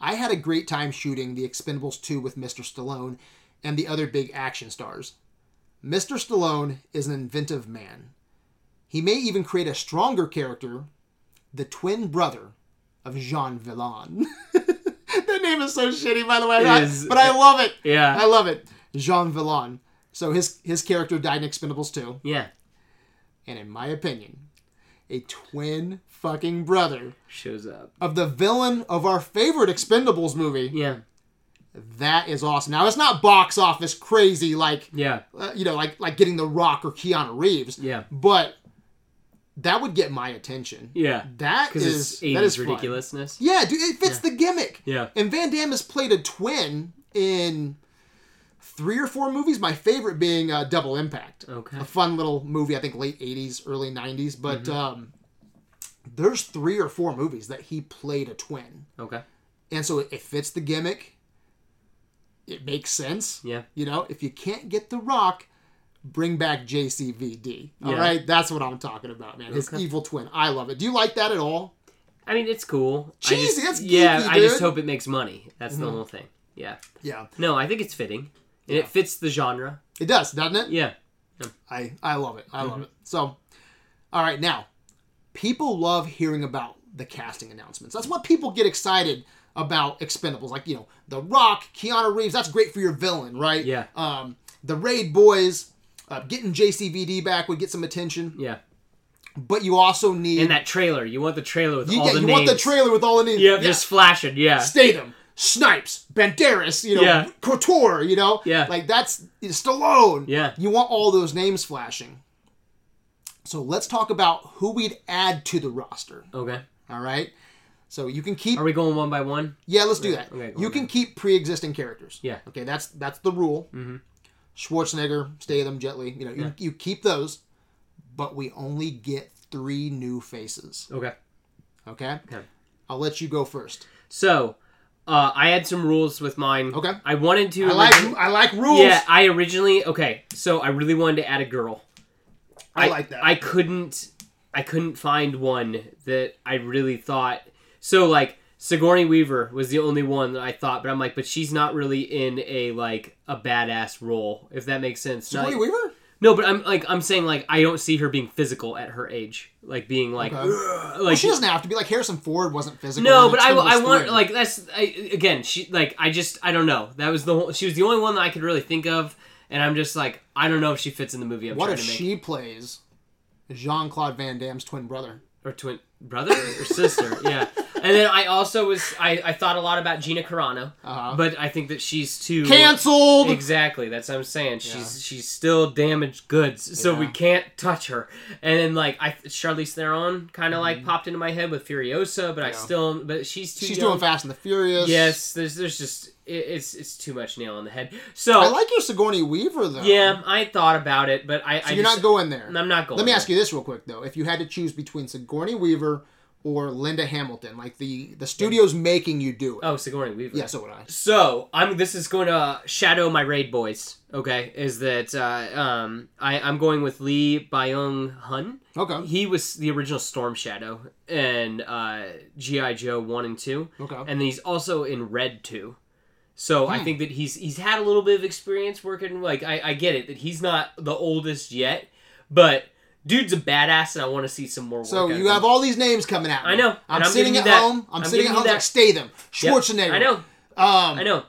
Speaker 1: I had a great time shooting The Expendables 2 with Mr. Stallone and the other big action stars. Mr. Stallone is an inventive man. He may even create a stronger character, the twin brother of Jean Villon. that name is so shitty, by the way,
Speaker 2: It
Speaker 1: I-
Speaker 2: is.
Speaker 1: but I love it.
Speaker 2: Yeah.
Speaker 1: I love it. Jean Villon. So his his character died in Expendables 2,
Speaker 2: Yeah.
Speaker 1: and in my opinion, a twin fucking brother
Speaker 2: Shows up.
Speaker 1: of the villain of our favorite Expendables movie.
Speaker 2: Yeah.
Speaker 1: That is awesome. Now it's not box office crazy like
Speaker 2: Yeah.
Speaker 1: uh, you know like like getting The Rock or Keanu Reeves.
Speaker 2: Yeah.
Speaker 1: But that would get my attention.
Speaker 2: Yeah.
Speaker 1: That
Speaker 2: Because
Speaker 1: is
Speaker 2: it's
Speaker 1: that
Speaker 2: 80s
Speaker 1: is fun.
Speaker 2: ridiculousness.
Speaker 1: Yeah, dude, it fits the gimmick.
Speaker 2: Yeah.
Speaker 1: And Van Damme has played a twin in three or four movies. My favorite being uh, Double Impact.
Speaker 2: Oh, Okay. Mm-hmm.
Speaker 1: A fun little movie, I think late 80s, early 90s. But um, there's three or four movies that he played a twin.
Speaker 2: Okay.
Speaker 1: And so it fits the gimmick. It makes sense.
Speaker 2: Yeah.
Speaker 1: You know, if you can't get The Rock, bring back JCVD. All right,
Speaker 2: Yeah.
Speaker 1: That's what I'm talking about, man. His
Speaker 2: Okay.
Speaker 1: evil twin. I love it. Do you like that at all?
Speaker 2: I mean, it's cool. I
Speaker 1: Cheesy,
Speaker 2: just-
Speaker 1: that's geeky,
Speaker 2: yeah. I just
Speaker 1: dude. Mm-hmm.
Speaker 2: hope it makes money. That's the whole thing. Yeah.
Speaker 1: Yeah.
Speaker 2: No, I think it's fitting, and it fits the genre.
Speaker 1: It does, doesn't it?
Speaker 2: Yeah.
Speaker 1: I I love it. I
Speaker 2: Mm-hmm.
Speaker 1: love it. So, all right, now people love hearing about the casting announcements. That's what people get excited about Expendables. Like you know, The Rock, Keanu Reeves. That's great for your villain, right?
Speaker 2: Yeah.
Speaker 1: Um, the Raid Boys. Uh, getting JCVD back would get some attention,
Speaker 2: Yeah.
Speaker 1: but you also need
Speaker 2: And that trailer. You want the trailer with
Speaker 1: you,
Speaker 2: all
Speaker 1: yeah,
Speaker 2: the
Speaker 1: you
Speaker 2: names.
Speaker 1: want the trailer with all the names.
Speaker 2: Yeah, just flashing. Yeah.
Speaker 1: Statham, Snipes, Banderas, you know,
Speaker 2: Yeah.
Speaker 1: Couture, you know,
Speaker 2: Yeah.
Speaker 1: like that's Stallone.
Speaker 2: Yeah.
Speaker 1: you want all those names flashing. So let's talk about who we'd add to the roster.
Speaker 2: Okay.
Speaker 1: All right, so you can keep
Speaker 2: Are we going one by one?
Speaker 1: yeah, let's do that.
Speaker 2: okay, go
Speaker 1: you
Speaker 2: on
Speaker 1: can keep pre-existing characters.
Speaker 2: Yeah.
Speaker 1: okay, that's that's the rule. Mm-hmm. Schwarzenegger, Statham, Jet Li, you know, you, you keep those, but we only get three new faces.
Speaker 2: Okay.
Speaker 1: Okay,
Speaker 2: Okay.
Speaker 1: I'll let you go first.
Speaker 2: So, uh, I had some rules with mine.
Speaker 1: Okay.
Speaker 2: I wanted to.
Speaker 1: I like I like rules.
Speaker 2: Yeah, I originally okay. So I really wanted to add a girl.
Speaker 1: I like that.
Speaker 2: I couldn't. I couldn't find one that I really thought. So like Sigourney Weaver was the only one that I thought, but I'm like, but she's not really in a like a badass role, if that makes sense. Not-
Speaker 1: Sigourney Weaver.
Speaker 2: no, but I'm like I'm saying like I don't see her being physical at her age, like being like
Speaker 1: Okay.
Speaker 2: "Ugh,"
Speaker 1: Well,
Speaker 2: like
Speaker 1: she doesn't have to be like Harrison Ford wasn't physical.
Speaker 2: no,
Speaker 1: in
Speaker 2: but I, I
Speaker 1: Expendables
Speaker 2: want
Speaker 1: 3.
Speaker 2: like that's I, again. She like I just I don't know. That was the whole, she was the only one that I could really think of, and I'm just like I don't know if she fits in the movie. I'm
Speaker 1: what
Speaker 2: trying
Speaker 1: if
Speaker 2: to make
Speaker 1: she plays Jean Claude Van Damme's twin brother?
Speaker 2: or twin brother or sister. yeah, and then I also was I, I thought a lot about Gina Carano,
Speaker 1: Uh-huh.
Speaker 2: but I think that she's too
Speaker 1: Cancelled.
Speaker 2: Exactly, that's what I'm saying. She's she's still damaged goods, so we
Speaker 1: Yeah.
Speaker 2: can't touch her. And then like I Charlize Theron kind of like popped into my head with Furiosa, but I
Speaker 1: Mm-hmm. Yeah.
Speaker 2: still but she's too
Speaker 1: She's
Speaker 2: young.
Speaker 1: doing Fast and the Furious.
Speaker 2: Yes, there's there's just it, it's it's too much nail on the head. So
Speaker 1: I like your Sigourney Weaver though.
Speaker 2: yeah, I thought about it, but I,
Speaker 1: so
Speaker 2: I
Speaker 1: you're
Speaker 2: just,
Speaker 1: not going there.
Speaker 2: I'm not going.
Speaker 1: Let me ask you this real quick though: if you had to choose between Sigourney Weaver or Linda Hamilton, like the the studio's making you do it,
Speaker 2: Oh, Sigourney Weaver.
Speaker 1: yeah, so would I.
Speaker 2: So I'm. This is going to shadow my raid boys. Okay, is that uh, um I I'm going with Lee Byung Hun.
Speaker 1: Okay.
Speaker 2: He was the original Storm Shadow and uh, GI Joe one and two.
Speaker 1: Okay.
Speaker 2: and then he's also in Red Two. So
Speaker 1: Hmm.
Speaker 2: I think that he's he's had a little bit of experience working. Like I, I get it that he's not the oldest yet, but dude's a badass, and I want to see some more. Work
Speaker 1: So
Speaker 2: out of
Speaker 1: you
Speaker 2: him.
Speaker 1: have all these names coming out.
Speaker 2: I know,
Speaker 1: I'm,
Speaker 2: and I'm
Speaker 1: sitting
Speaker 2: giving
Speaker 1: at
Speaker 2: you that.
Speaker 1: home. I'm,
Speaker 2: I'm
Speaker 1: sitting at
Speaker 2: giving you
Speaker 1: home. Like
Speaker 2: that.
Speaker 1: Statham,
Speaker 2: Yep.
Speaker 1: Schwarzenegger.
Speaker 2: I know.
Speaker 1: Um,
Speaker 2: I know.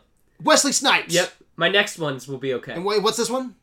Speaker 1: Wesley Snipes.
Speaker 2: Yep. My next ones will be okay.
Speaker 1: And wait, what's this one?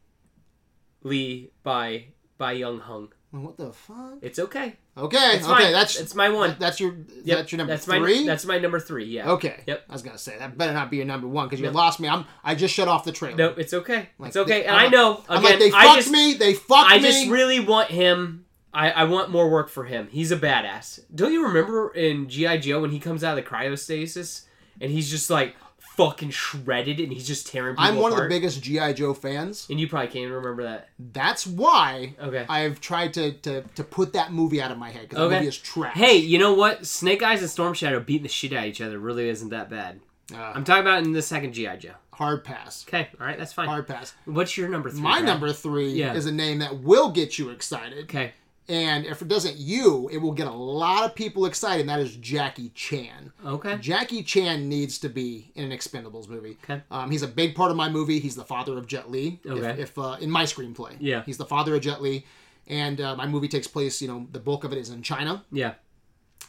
Speaker 2: Lee by by Young Hung.
Speaker 1: What the fuck?
Speaker 2: It's okay.
Speaker 1: Okay,
Speaker 2: It's
Speaker 1: okay,
Speaker 2: fine.
Speaker 1: that's
Speaker 2: it's my one.
Speaker 1: that's your
Speaker 2: Yep,
Speaker 1: that's your number
Speaker 2: that's my
Speaker 1: three.
Speaker 2: that's my number three. Yeah.
Speaker 1: okay.
Speaker 2: Yep.
Speaker 1: I was gonna say that better not be your number one because you
Speaker 2: No.
Speaker 1: lost me. I'm I just shut off the trailer.
Speaker 2: No, it's okay. it's
Speaker 1: they-
Speaker 2: okay. and
Speaker 1: I'm
Speaker 2: I know. Again,
Speaker 1: I'm like they
Speaker 2: I
Speaker 1: fucked
Speaker 2: just
Speaker 1: me. They fucked
Speaker 2: I
Speaker 1: me.
Speaker 2: just really want him. I, I want more work for him. He's a badass. Don't you remember in GI Joe when he comes out of the cryostasis and he's just like fucking shredded and he's just tearing people
Speaker 1: I'm one
Speaker 2: apart?
Speaker 1: of the biggest GI Joe fans.
Speaker 2: And you probably can't even remember that.
Speaker 1: That's why
Speaker 2: Okay.
Speaker 1: I've tried to, to to put that movie out of my head because the
Speaker 2: Okay.
Speaker 1: movie is trash.
Speaker 2: Hey, you know what? Snake Eyes and Storm Shadow beating the shit out of each other really isn't that bad.
Speaker 1: Uh,
Speaker 2: I'm talking about in the second GI Joe.
Speaker 1: hard pass.
Speaker 2: Okay, all right, that's fine.
Speaker 1: Hard pass.
Speaker 2: What's your number three?
Speaker 1: My
Speaker 2: Brad?
Speaker 1: number three
Speaker 2: Yeah.
Speaker 1: is a name that will get you excited,
Speaker 2: Okay.
Speaker 1: and if it doesn't you, it will get a lot of people excited. And that is Jackie Chan.
Speaker 2: Okay.
Speaker 1: Jackie Chan needs to be in an Expendables movie.
Speaker 2: Okay.
Speaker 1: Um, he's a big part of my movie. He's the father of Jet Li. if- If,
Speaker 2: Okay.
Speaker 1: uh, in my screenplay,
Speaker 2: Yeah.
Speaker 1: he's the father of Jet Li, and uh, my movie takes place. You know, the bulk of it is in China,
Speaker 2: Yeah.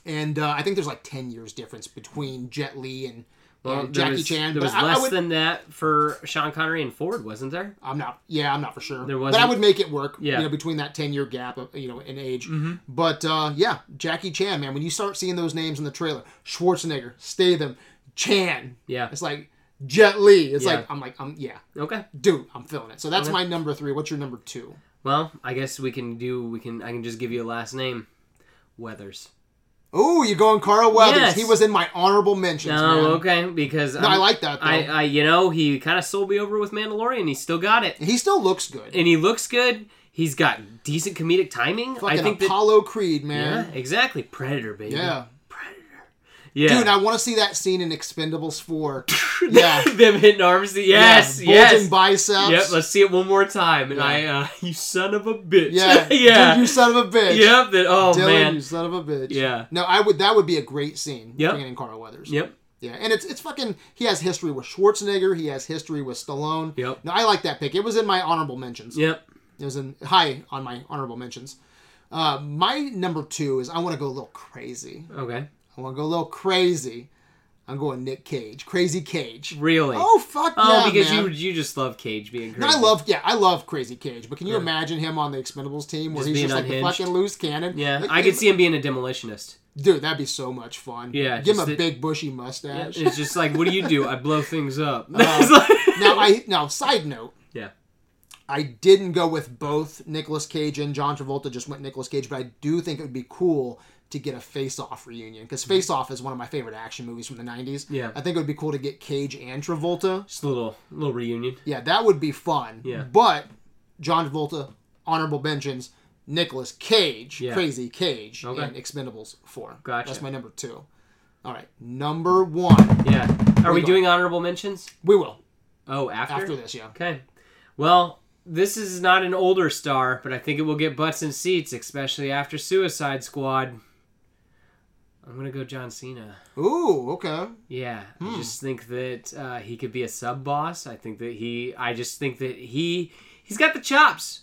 Speaker 1: and uh, I think there's like ten years difference between Jet Li and
Speaker 2: Well, there
Speaker 1: Jackie
Speaker 2: was-
Speaker 1: Chan,
Speaker 2: There
Speaker 1: but
Speaker 2: was
Speaker 1: I- I
Speaker 2: less
Speaker 1: would-
Speaker 2: than that for Sean Connery and Ford, wasn't there?
Speaker 1: I'm not. Yeah, I'm not for sure.
Speaker 2: There
Speaker 1: but I
Speaker 2: wasn't-
Speaker 1: would make it work.
Speaker 2: Yeah. Mm-hmm.
Speaker 1: You know, between that ten year gap, of, you know, in age. But uh, yeah, Jackie Chan, man. When you start seeing those names in the trailer, Schwarzenegger, Statham, Chan.
Speaker 2: Yeah.
Speaker 1: It's like Jet Li. It's
Speaker 2: Yeah.
Speaker 1: like I'm like I'm yeah,
Speaker 2: Okay.
Speaker 1: dude. I'm feeling it. So that's my number three. What's your number two?
Speaker 2: Well, I guess we can do. We can. I can just give you a last name, Weathers.
Speaker 1: Oh, you're going Carl Weathers.
Speaker 2: Yes.
Speaker 1: He was in my honorable mentions. man.
Speaker 2: Oh, okay. Because
Speaker 1: No, I
Speaker 2: I'm-
Speaker 1: like that though.
Speaker 2: I, I, you know, he kind of sold me over with Mandalorian. He still got it,
Speaker 1: he still looks good.
Speaker 2: and he looks good. He's got decent comedic timing.
Speaker 1: Fucking
Speaker 2: I think that.
Speaker 1: Apollo Creed,
Speaker 2: Yeah,
Speaker 1: man.
Speaker 2: exactly. Predator, baby.
Speaker 1: Yeah.
Speaker 2: Predator. Yeah.
Speaker 1: Dude, I want to see that scene in Expendables 4. yeah.
Speaker 2: Them hitting arms. Yes.
Speaker 1: yeah. Bulging
Speaker 2: yes.
Speaker 1: biceps.
Speaker 2: Yep. Let's see it one more time. And
Speaker 1: Yeah.
Speaker 2: I, uh, you son of a bitch.
Speaker 1: Yeah.
Speaker 2: yeah.
Speaker 1: Dude, you son of a bitch.
Speaker 2: yep. That. Oh
Speaker 1: Dylan,
Speaker 2: man.
Speaker 1: you son of a bitch.
Speaker 2: Yeah.
Speaker 1: No, I would. That would be a great scene.
Speaker 2: Yep.
Speaker 1: Bringing in Carl Weathers.
Speaker 2: Yep.
Speaker 1: Yeah, and it's it's fucking. He has history with Schwarzenegger. He has history with Stallone.
Speaker 2: Yep.
Speaker 1: No, I like that pick. It was in my honorable mentions.
Speaker 2: Yep.
Speaker 1: It was in high on my honorable mentions. Uh, my number two is I want to go a little crazy.
Speaker 2: Okay.
Speaker 1: I want to go a little crazy. I'm going Nick Cage. Crazy Cage.
Speaker 2: Really.
Speaker 1: Oh fuck
Speaker 2: Oh,
Speaker 1: yeah,
Speaker 2: because
Speaker 1: man.
Speaker 2: you you just love Cage being
Speaker 1: No,
Speaker 2: crazy.
Speaker 1: I love yeah, I love Crazy Cage, but can you imagine him on the Expendables team where
Speaker 2: Just
Speaker 1: he's
Speaker 2: being
Speaker 1: just like
Speaker 2: unhinged.
Speaker 1: the fucking loose cannon?
Speaker 2: Yeah,
Speaker 1: Like,
Speaker 2: I
Speaker 1: it-
Speaker 2: could see him being a demolitionist.
Speaker 1: Dude, that'd be so much fun.
Speaker 2: Yeah,
Speaker 1: give him
Speaker 2: just
Speaker 1: a
Speaker 2: the-
Speaker 1: big bushy mustache.
Speaker 2: It's just like, what do you do? I blow things up. It's like-
Speaker 1: now I now side note,
Speaker 2: yeah.
Speaker 1: I didn't go with both Nicolas Cage and John Travolta. Just went Nicolas Cage, but I do think it would be cool to get a Face Off reunion because Face Off is one of my favorite action movies from the '90s.
Speaker 2: Yeah.
Speaker 1: I think it would be cool to get Cage and Travolta.
Speaker 2: Just a little little reunion.
Speaker 1: Yeah, that would be fun.
Speaker 2: Yeah.
Speaker 1: But John Travolta, honorable mentions, Nicolas Cage,
Speaker 2: Yeah.
Speaker 1: Crazy Cage,
Speaker 2: Okay.
Speaker 1: and Expendables 4.
Speaker 2: Gotcha.
Speaker 1: That's my number two. All right, number one.
Speaker 2: Yeah. Are we
Speaker 1: go.
Speaker 2: doing honorable mentions?
Speaker 1: We will,
Speaker 2: Oh, after?
Speaker 1: after this, yeah.
Speaker 2: Okay. Well, this is not an older star, but I think it will get butts and seats, especially after Suicide Squad. I'm going to go John Cena.
Speaker 1: Ooh, okay.
Speaker 2: Yeah,
Speaker 1: Hmm.
Speaker 2: I just think that uh, he could be a sub boss. I think that he, I just think that he, he's got the chops.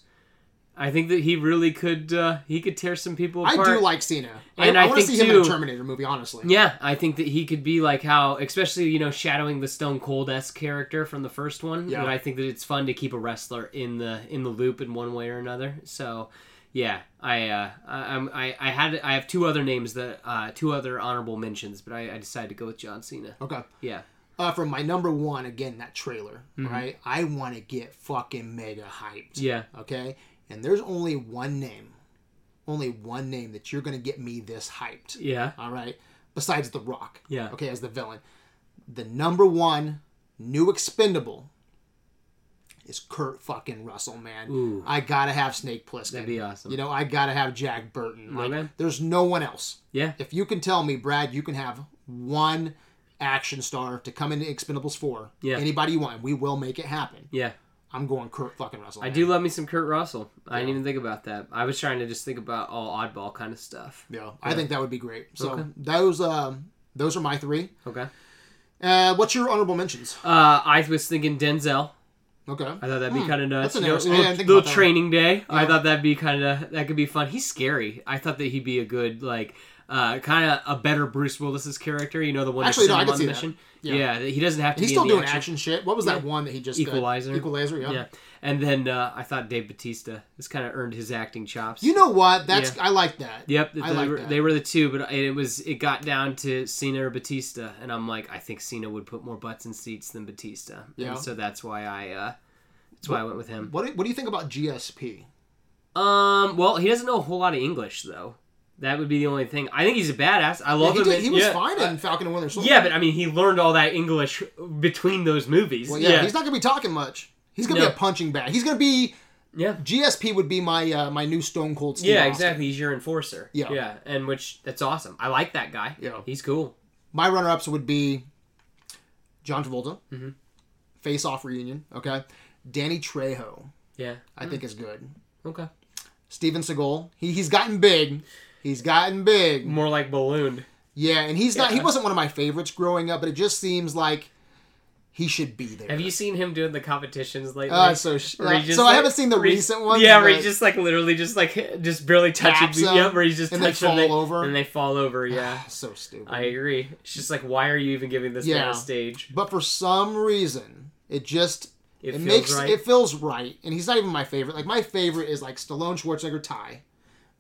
Speaker 2: I think that he really could, uh, he could tear some people
Speaker 1: I
Speaker 2: apart.
Speaker 1: do like Cena.
Speaker 2: And
Speaker 1: I,
Speaker 2: I
Speaker 1: want to
Speaker 2: think,
Speaker 1: see him in a
Speaker 2: too-
Speaker 1: Terminator movie, honestly.
Speaker 2: Yeah, I think that he could be like how, especially you know, shadowing the Stone Cold esque character from the first one.
Speaker 1: Yeah.
Speaker 2: But I think that it's fun to keep a wrestler in the in the loop in one way or another. So, yeah, I uh, I, I'm- I I had I have two other names that uh, two other honorable mentions, but I, I decided to go with John Cena.
Speaker 1: Okay.
Speaker 2: Yeah, Mm-hmm.
Speaker 1: Uh, from my number one, again, that trailer, right? I want to get fucking mega hyped.
Speaker 2: yeah,
Speaker 1: Okay? And there's only one name, only one name that you're going to get me this hyped.
Speaker 2: yeah,
Speaker 1: All right. Besides The Rock.
Speaker 2: Yeah.
Speaker 1: Okay, as the villain. The number one new expendable is Kurt fucking Russell, man.
Speaker 2: Ooh.
Speaker 1: I gotta have Snake Plissken.
Speaker 2: That'd be awesome.
Speaker 1: You know, I gotta have Jack Burton. Like,
Speaker 2: Okay.
Speaker 1: There's no one else.
Speaker 2: yeah.
Speaker 1: If you can tell me, Brad, you can have one action star to come into Expendables 4.
Speaker 2: Yeah.
Speaker 1: Anybody you want, we will make it happen.
Speaker 2: Yeah,
Speaker 1: I'm going Kurt fucking Russell.
Speaker 2: I
Speaker 1: man.
Speaker 2: do love me some Kurt Russell. I didn't even think about that. I was trying to just think about all oddball kind of stuff.
Speaker 1: Yeah, I think that would be great. So
Speaker 2: Okay.
Speaker 1: those um those are my three.
Speaker 2: Okay.
Speaker 1: Uh, what's your honorable mentions?
Speaker 2: Uh, I was thinking Denzel.
Speaker 1: Okay.
Speaker 2: I thought that'd be kind of nuts.
Speaker 1: Hmm, that's an
Speaker 2: you know,
Speaker 1: interesting- I
Speaker 2: little,
Speaker 1: didn't think
Speaker 2: little
Speaker 1: about that.
Speaker 2: training day. I thought that'd be kind of that could be fun. He's scary. I thought that he'd be a good like uh, kind of a better Bruce Willis's character. You know the one
Speaker 1: Actually,
Speaker 2: that's
Speaker 1: no, I
Speaker 2: sent
Speaker 1: could
Speaker 2: him on
Speaker 1: see that.
Speaker 2: the mission.
Speaker 1: Yeah.
Speaker 2: Yeah. that he doesn't have to.
Speaker 1: He's
Speaker 2: be
Speaker 1: still
Speaker 2: in the
Speaker 1: doing action. shit. What was that one that he just did?
Speaker 2: Equalizer.
Speaker 1: Equalizer, yeah.
Speaker 2: Yeah, and then uh, I thought Dave Batista has kind of earned his acting chops.
Speaker 1: You know what? That's I like that.
Speaker 2: Yep,
Speaker 1: I
Speaker 2: they,
Speaker 1: like
Speaker 2: were,
Speaker 1: that.
Speaker 2: they were the two, but it was it got down to Cena or Batista, and I'm like, I think Cena would put more butts in seats than Batista,
Speaker 1: Yeah.
Speaker 2: and so that's why I uh, that's why I went with him.
Speaker 1: What do, what do you think about GSP?
Speaker 2: Um, well, he doesn't know a whole lot of English though. That would be the only thing. I think he's a badass. I love
Speaker 1: he,
Speaker 2: him.
Speaker 1: did,
Speaker 2: in-
Speaker 1: he was
Speaker 2: yeah.
Speaker 1: fine in Falcon and Winter Soldier.
Speaker 2: Yeah, but I mean, he learned all that English between those movies.
Speaker 1: Well, yeah,
Speaker 2: yeah, yeah,
Speaker 1: He's not gonna be talking much. He's gonna be
Speaker 2: No.
Speaker 1: a punching bag. He's gonna be
Speaker 2: yeah,
Speaker 1: GSP would be my uh, my new Stone Cold. Steve Austin.
Speaker 2: exactly. He's your enforcer.
Speaker 1: Yeah.
Speaker 2: yeah, and which that's awesome. I like that guy.
Speaker 1: Yeah.
Speaker 2: he's cool.
Speaker 1: My runner ups would be John Travolta,
Speaker 2: Mm-hmm.
Speaker 1: Face Off reunion. Okay, Danny Trejo.
Speaker 2: Yeah.
Speaker 1: I think is good.
Speaker 2: Okay.
Speaker 1: Steven Seagal. He he's gotten big. He's gotten big.
Speaker 2: More like ballooned.
Speaker 1: Yeah, and he's not. He wasn't one of my favorites growing up, but it just seems like He should be there.
Speaker 2: Have you seen him doing the competitions lately?
Speaker 1: Uh, so sh-
Speaker 2: Where
Speaker 1: uh,
Speaker 2: he just,
Speaker 1: so I
Speaker 2: like-
Speaker 1: haven't seen the
Speaker 2: where he-
Speaker 1: recent ones.
Speaker 2: Yeah, where
Speaker 1: but-
Speaker 2: he's just like literally just like just barely touching.
Speaker 1: Taps
Speaker 2: people.
Speaker 1: them,
Speaker 2: yeah, where he's just
Speaker 1: and they
Speaker 2: touching them,
Speaker 1: fall over.
Speaker 2: and they fall over. Yeah,
Speaker 1: so stupid.
Speaker 2: I agree. It's just like why are you even giving this man
Speaker 1: Yeah.
Speaker 2: a stage?
Speaker 1: but for some reason, it just
Speaker 2: It,
Speaker 1: it,
Speaker 2: feels
Speaker 1: makes
Speaker 2: right.
Speaker 1: it feels right. And he's not even my favorite. Like my favorite is like Stallone, Schwarzenegger, Ty,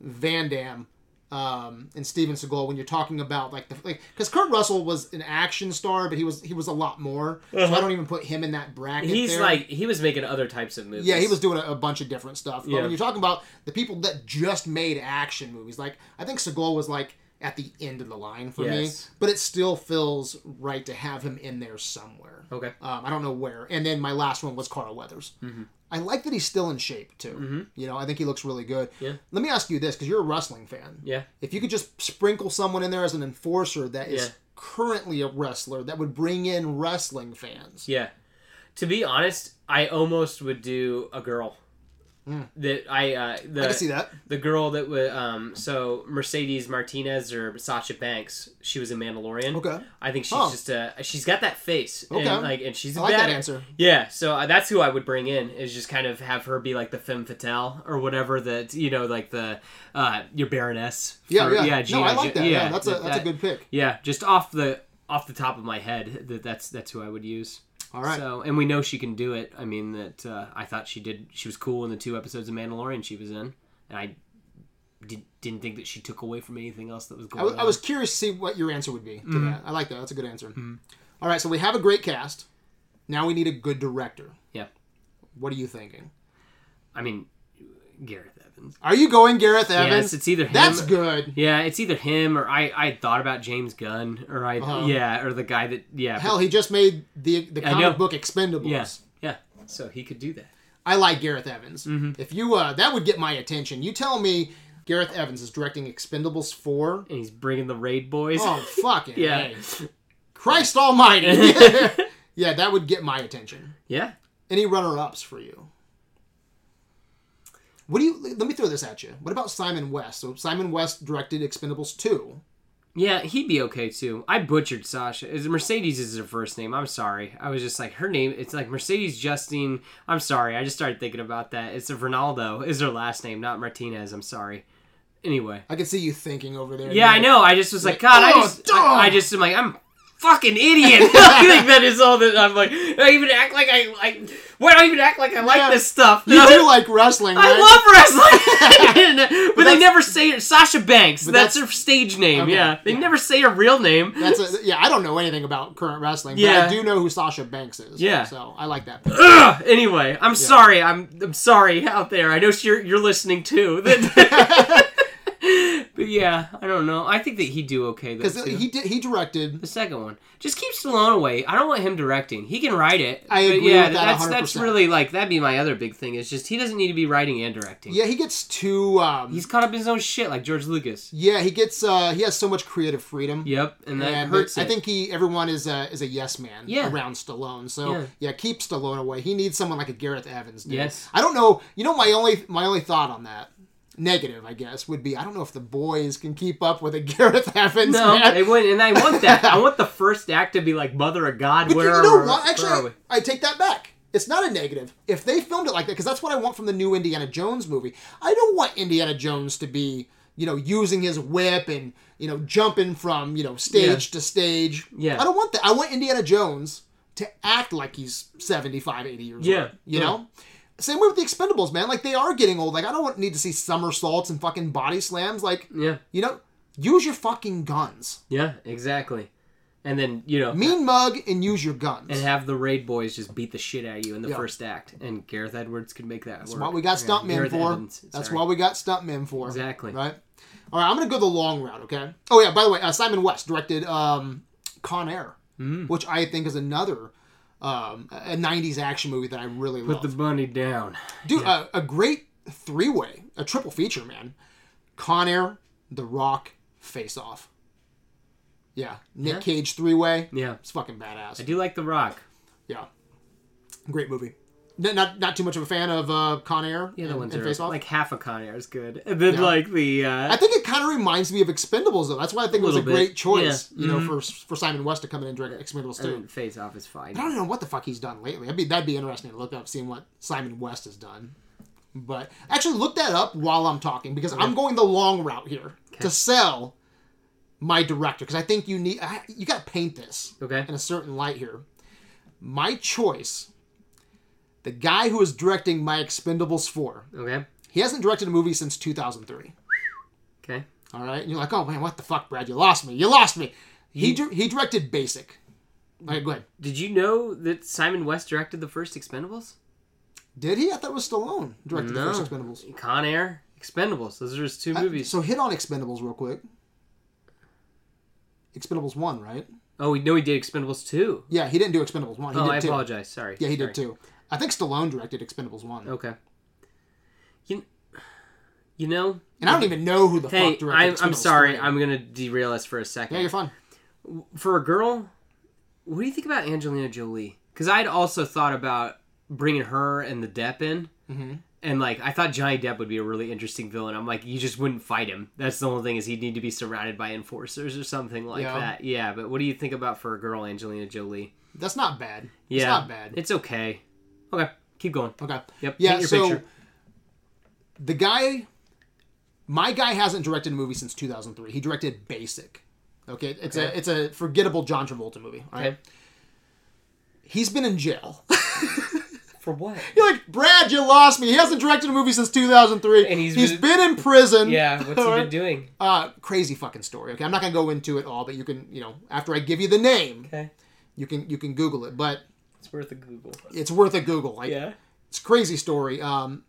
Speaker 1: Van Damme, um, and Steven Seagal. When you're talking about like the like because Kurt Russell was an action star, but he was he was a lot more. So I
Speaker 2: Uh-huh.
Speaker 1: don't even put him in that bracket.
Speaker 2: He's
Speaker 1: there.
Speaker 2: like he was making other types of movies.
Speaker 1: Yeah, he was doing a, a bunch of different stuff. But
Speaker 2: Yeah.
Speaker 1: when you're talking about the people that just made action movies, like I think Seagal was like at the end of the line for
Speaker 2: Yes.
Speaker 1: me, but it still feels right to have him in there somewhere.
Speaker 2: Okay.
Speaker 1: Um, I don't know where. And then my last one was Carl Weathers. Mm-hmm. I like that he's still in shape too. You know, I think he looks really good.
Speaker 2: Mm-hmm. Yeah.
Speaker 1: Let me ask you this, because you're a wrestling fan.
Speaker 2: Yeah.
Speaker 1: If you could just sprinkle someone in there as an enforcer that is
Speaker 2: Yeah.
Speaker 1: currently a wrestler, that would bring in wrestling fans.
Speaker 2: Yeah. To be honest, I almost would do a girl. That I uh the
Speaker 1: Hmm. I can see that.
Speaker 2: the girl that was um so Mercedes Martinez or Sasha Banks, she was a Mandalorian.
Speaker 1: Okay.
Speaker 2: I think she's
Speaker 1: Oh.
Speaker 2: just a she's got that face
Speaker 1: Okay.
Speaker 2: and like and she's a
Speaker 1: I like that
Speaker 2: badass.
Speaker 1: answer.
Speaker 2: Yeah, so uh, that's who I would bring in is just kind of have her be like the femme fatale or whatever that you know like the uh your baroness.
Speaker 1: Yeah,
Speaker 2: for-
Speaker 1: yeah. no, I
Speaker 2: G.I.
Speaker 1: like that. Yeah, that's a
Speaker 2: that-
Speaker 1: that's a
Speaker 2: that-
Speaker 1: good pick.
Speaker 2: Yeah, just off the off the top of my head that that's that's who I would use.
Speaker 1: All right.
Speaker 2: So, and we know she can do it. I mean, that uh, I thought she did. She was cool in the two episodes of Mandalorian she was in, and I did, didn't think that she took away from anything else that was
Speaker 1: I
Speaker 2: going
Speaker 1: was,
Speaker 2: on.
Speaker 1: I was curious to see what your answer would be to
Speaker 2: Mm-hmm.
Speaker 1: that. I like that. That's a good answer. All right, so we have a great cast. Now we need a good director.
Speaker 2: Yeah.
Speaker 1: What are you thinking?
Speaker 2: I mean, Gareth Evans.
Speaker 1: Are you going Gareth Evans?
Speaker 2: Yes, it's either him.
Speaker 1: That's good.
Speaker 2: yeah, it's either him or I. I thought about James Gunn or I.
Speaker 1: Uh-huh.
Speaker 2: Yeah, or the guy that. Yeah.
Speaker 1: Hell, he just made the the
Speaker 2: I know.
Speaker 1: comic book Expendables.
Speaker 2: yeah. Yeah. So he could do that.
Speaker 1: I like Gareth Evans.
Speaker 2: Mm-hmm.
Speaker 1: If you uh, that would get my attention. You tell me Gareth Evans is directing Expendables four.
Speaker 2: And he's bringing the raid boys.
Speaker 1: Oh fucking
Speaker 2: Yeah.
Speaker 1: A. Christ Almighty! yeah, that would get my attention.
Speaker 2: yeah.
Speaker 1: Any runner ups for you? What do you? Let me throw this at you. What about Simon West? So Simon West directed Expendables two.
Speaker 2: Yeah, he'd be okay too. I butchered Sasha. Is Mercedes is her first name. I'm sorry. I was just like her name. It's like Mercedes Justine. I'm sorry. I just started thinking about that. It's a Ronaldo. Is her last name not Martinez? I'm sorry. Anyway.
Speaker 1: I can see you thinking over there.
Speaker 2: Yeah, I
Speaker 1: You're
Speaker 2: know. I just was like, God. I
Speaker 1: oh,
Speaker 2: just.
Speaker 1: dog.
Speaker 2: I, I just am like I'm. a Fucking idiot! I think that is all that I'm like. I even act like I like. Why do I even act like I like
Speaker 1: Yeah.
Speaker 2: this stuff?
Speaker 1: like, You do like wrestling, right?
Speaker 2: I love wrestling, but, they
Speaker 1: that's-
Speaker 2: never say Sasha Banks.
Speaker 1: But
Speaker 2: That's,
Speaker 1: that's-
Speaker 2: her stage name.
Speaker 1: Okay,
Speaker 2: yeah, they
Speaker 1: yeah.
Speaker 2: never say her real name.
Speaker 1: That's a, yeah. I don't know anything about current wrestling, but
Speaker 2: Yeah.
Speaker 1: I do know who Sasha Banks is.
Speaker 2: Yeah.
Speaker 1: So I like that.
Speaker 2: Ugh, anyway, I'm sorry. I'm I'm sorry out there. I know you're you're listening too. but yeah, I don't know. I think that he'd do okay though.
Speaker 1: Because
Speaker 2: Too.
Speaker 1: he did, he directed.
Speaker 2: the second one, just keep Stallone away. I don't want him directing. He can write it.
Speaker 1: I
Speaker 2: but
Speaker 1: agree
Speaker 2: yeah,
Speaker 1: with that
Speaker 2: that's that's
Speaker 1: 100%.
Speaker 2: really like that'd be my other big thing. Is just he doesn't need to be writing and directing.
Speaker 1: Yeah, he gets too. Um,
Speaker 2: He's caught up in his own shit like George Lucas.
Speaker 1: yeah, he gets. Uh, he has so much creative freedom.
Speaker 2: Yep, and that
Speaker 1: And
Speaker 2: hurts.
Speaker 1: I
Speaker 2: it.
Speaker 1: think he everyone is a is a yes man
Speaker 2: Yeah.
Speaker 1: around Stallone. So
Speaker 2: Yeah.
Speaker 1: yeah. keep Stallone away. He needs someone like a Gareth Evans. Dude.
Speaker 2: Yes.
Speaker 1: I don't know. You know my only my only thought on that negative, I guess, would be I don't know if the boys can keep up with a Gareth Evans.
Speaker 2: No,
Speaker 1: man.
Speaker 2: they wouldn't, and I want that. I want the first act to be like Mother of God.
Speaker 1: But
Speaker 2: where
Speaker 1: you
Speaker 2: are
Speaker 1: know what?
Speaker 2: we- where are
Speaker 1: Actually,
Speaker 2: we?
Speaker 1: I take that back. It's not a negative. If they filmed it like that, because that's what I want from the new Indiana Jones movie. I don't want Indiana Jones to be, you know, using his whip and you know jumping from you know stage to stage.
Speaker 2: Yeah.
Speaker 1: I don't want that. I want Indiana Jones to act like he's 75, 80 years
Speaker 2: Yeah,
Speaker 1: old. You
Speaker 2: yeah.
Speaker 1: know. Same way with the Expendables, man. Like they are getting old. Like I don't want, need to see somersaults and fucking body slams. Like
Speaker 2: yeah,
Speaker 1: you know, use your fucking guns.
Speaker 2: yeah, exactly. And then you know,
Speaker 1: Mean mug and use your guns.
Speaker 2: and have the raid boys just beat the shit out of you in the
Speaker 1: Yeah.
Speaker 2: first act, and Gareth Edwards could make that work.
Speaker 1: That's what we got
Speaker 2: Yeah,
Speaker 1: stuntmen
Speaker 2: Gareth
Speaker 1: for.
Speaker 2: Evans,
Speaker 1: That's
Speaker 2: sorry.
Speaker 1: what we got stuntmen for.
Speaker 2: Exactly.
Speaker 1: Right. All right. I'm gonna go the long route. Okay. Oh yeah. By the way, uh, Simon West directed um, Con Air,
Speaker 2: Mm-hmm.
Speaker 1: which I think is another um, a a '90s action movie that I really
Speaker 2: Put
Speaker 1: love.
Speaker 2: the bunny down.
Speaker 1: Dude, uh, a, a great three-way, a triple feature, man. Con Air, The Rock, Face Off. Yeah, Nick
Speaker 2: Yeah.
Speaker 1: Cage three-way.
Speaker 2: Yeah,
Speaker 1: It's fucking
Speaker 2: I
Speaker 1: badass.
Speaker 2: do like The Rock.
Speaker 1: Yeah, great movie. n- not not too much of a fan of uh, Con Air
Speaker 2: The other
Speaker 1: and,
Speaker 2: ones
Speaker 1: and
Speaker 2: are
Speaker 1: Face Off.
Speaker 2: like half a Con Air is good, and then like the uh,
Speaker 1: I think it kind of reminds me of Expendables though. That's why I think it was a
Speaker 2: little bit.
Speaker 1: great choice,
Speaker 2: Yeah. Mm-hmm.
Speaker 1: you know, for for Simon West to come in and direct Expendables too.
Speaker 2: and Face Off is fine.
Speaker 1: I don't know what the fuck he's done lately. I'd be that'd be interesting to look up, seeing what Simon West has done. But actually, look that up while I'm talking because I'm going the long route here to sell my director because I think you need I, you got to paint this
Speaker 2: Okay,
Speaker 1: in a certain light here. My choice, the guy who is directing my Expendables four,
Speaker 2: okay,
Speaker 1: he hasn't directed a movie since 2003.
Speaker 2: okay.
Speaker 1: All right, and you're like, oh man, what the fuck, Brad? You lost me. You lost me. He dir- he directed Basic. All right, go ahead.
Speaker 2: Did you know that Simon West directed the first Expendables?
Speaker 1: Did he? I thought it was Stallone directed
Speaker 2: No.
Speaker 1: the first Expendables.
Speaker 2: Con Air, Expendables. Those are his two
Speaker 1: Uh,
Speaker 2: movies.
Speaker 1: So hit on Expendables real quick. Expendables one, right?
Speaker 2: Oh, we know he did Expendables two.
Speaker 1: Yeah, he didn't do Expendables one. He
Speaker 2: Oh,
Speaker 1: did
Speaker 2: I
Speaker 1: two.
Speaker 2: apologize. Sorry.
Speaker 1: Yeah, he did
Speaker 2: Sorry. Oh.
Speaker 1: two. I think Stallone directed Expendables one,
Speaker 2: Okay. You, you know,
Speaker 1: and I don't even know who the
Speaker 2: hey,
Speaker 1: fuck directed.
Speaker 2: I'm, I'm
Speaker 1: Expendables
Speaker 2: sorry.
Speaker 1: 3.
Speaker 2: I'm gonna derail us for a second.
Speaker 1: yeah, you're fine.
Speaker 2: for a girl, what do you think about Angelina Jolie? Because I'd also thought about bringing her and the Depp in,
Speaker 1: Mm-hmm.
Speaker 2: and like I thought Johnny Depp would be a really interesting villain. I'm like, you just wouldn't fight him. That's the only thing is he'd need to be surrounded by enforcers or something like
Speaker 1: Yeah.
Speaker 2: that. Yeah, but what do you think about for a girl Angelina Jolie?
Speaker 1: That's not bad.
Speaker 2: Yeah,
Speaker 1: it's not bad.
Speaker 2: It's okay. Okay, keep going.
Speaker 1: okay.
Speaker 2: Yep.
Speaker 1: Yeah.
Speaker 2: paint your
Speaker 1: so
Speaker 2: picture.
Speaker 1: the guy, my guy, hasn't directed a movie since 2003. He directed Basic. Okay, it's a
Speaker 2: Okay.
Speaker 1: it's a forgettable John Travolta movie. All right,
Speaker 2: Okay.
Speaker 1: he's been in jail.
Speaker 2: for what?
Speaker 1: You're like, Brad, you lost me. He hasn't directed a movie since 2003.
Speaker 2: And he's
Speaker 1: he's
Speaker 2: been-
Speaker 1: been in prison.
Speaker 2: Yeah, what's he
Speaker 1: All
Speaker 2: been
Speaker 1: right.
Speaker 2: doing?
Speaker 1: Uh, crazy fucking story. Okay, I'm not gonna go into it all, but you can, you know, after I give you the name,
Speaker 2: Okay,
Speaker 1: you can you can Google it. But
Speaker 2: it's worth a Google.
Speaker 1: it's worth a Google. Like,
Speaker 2: Yeah.
Speaker 1: it's a crazy story. Um,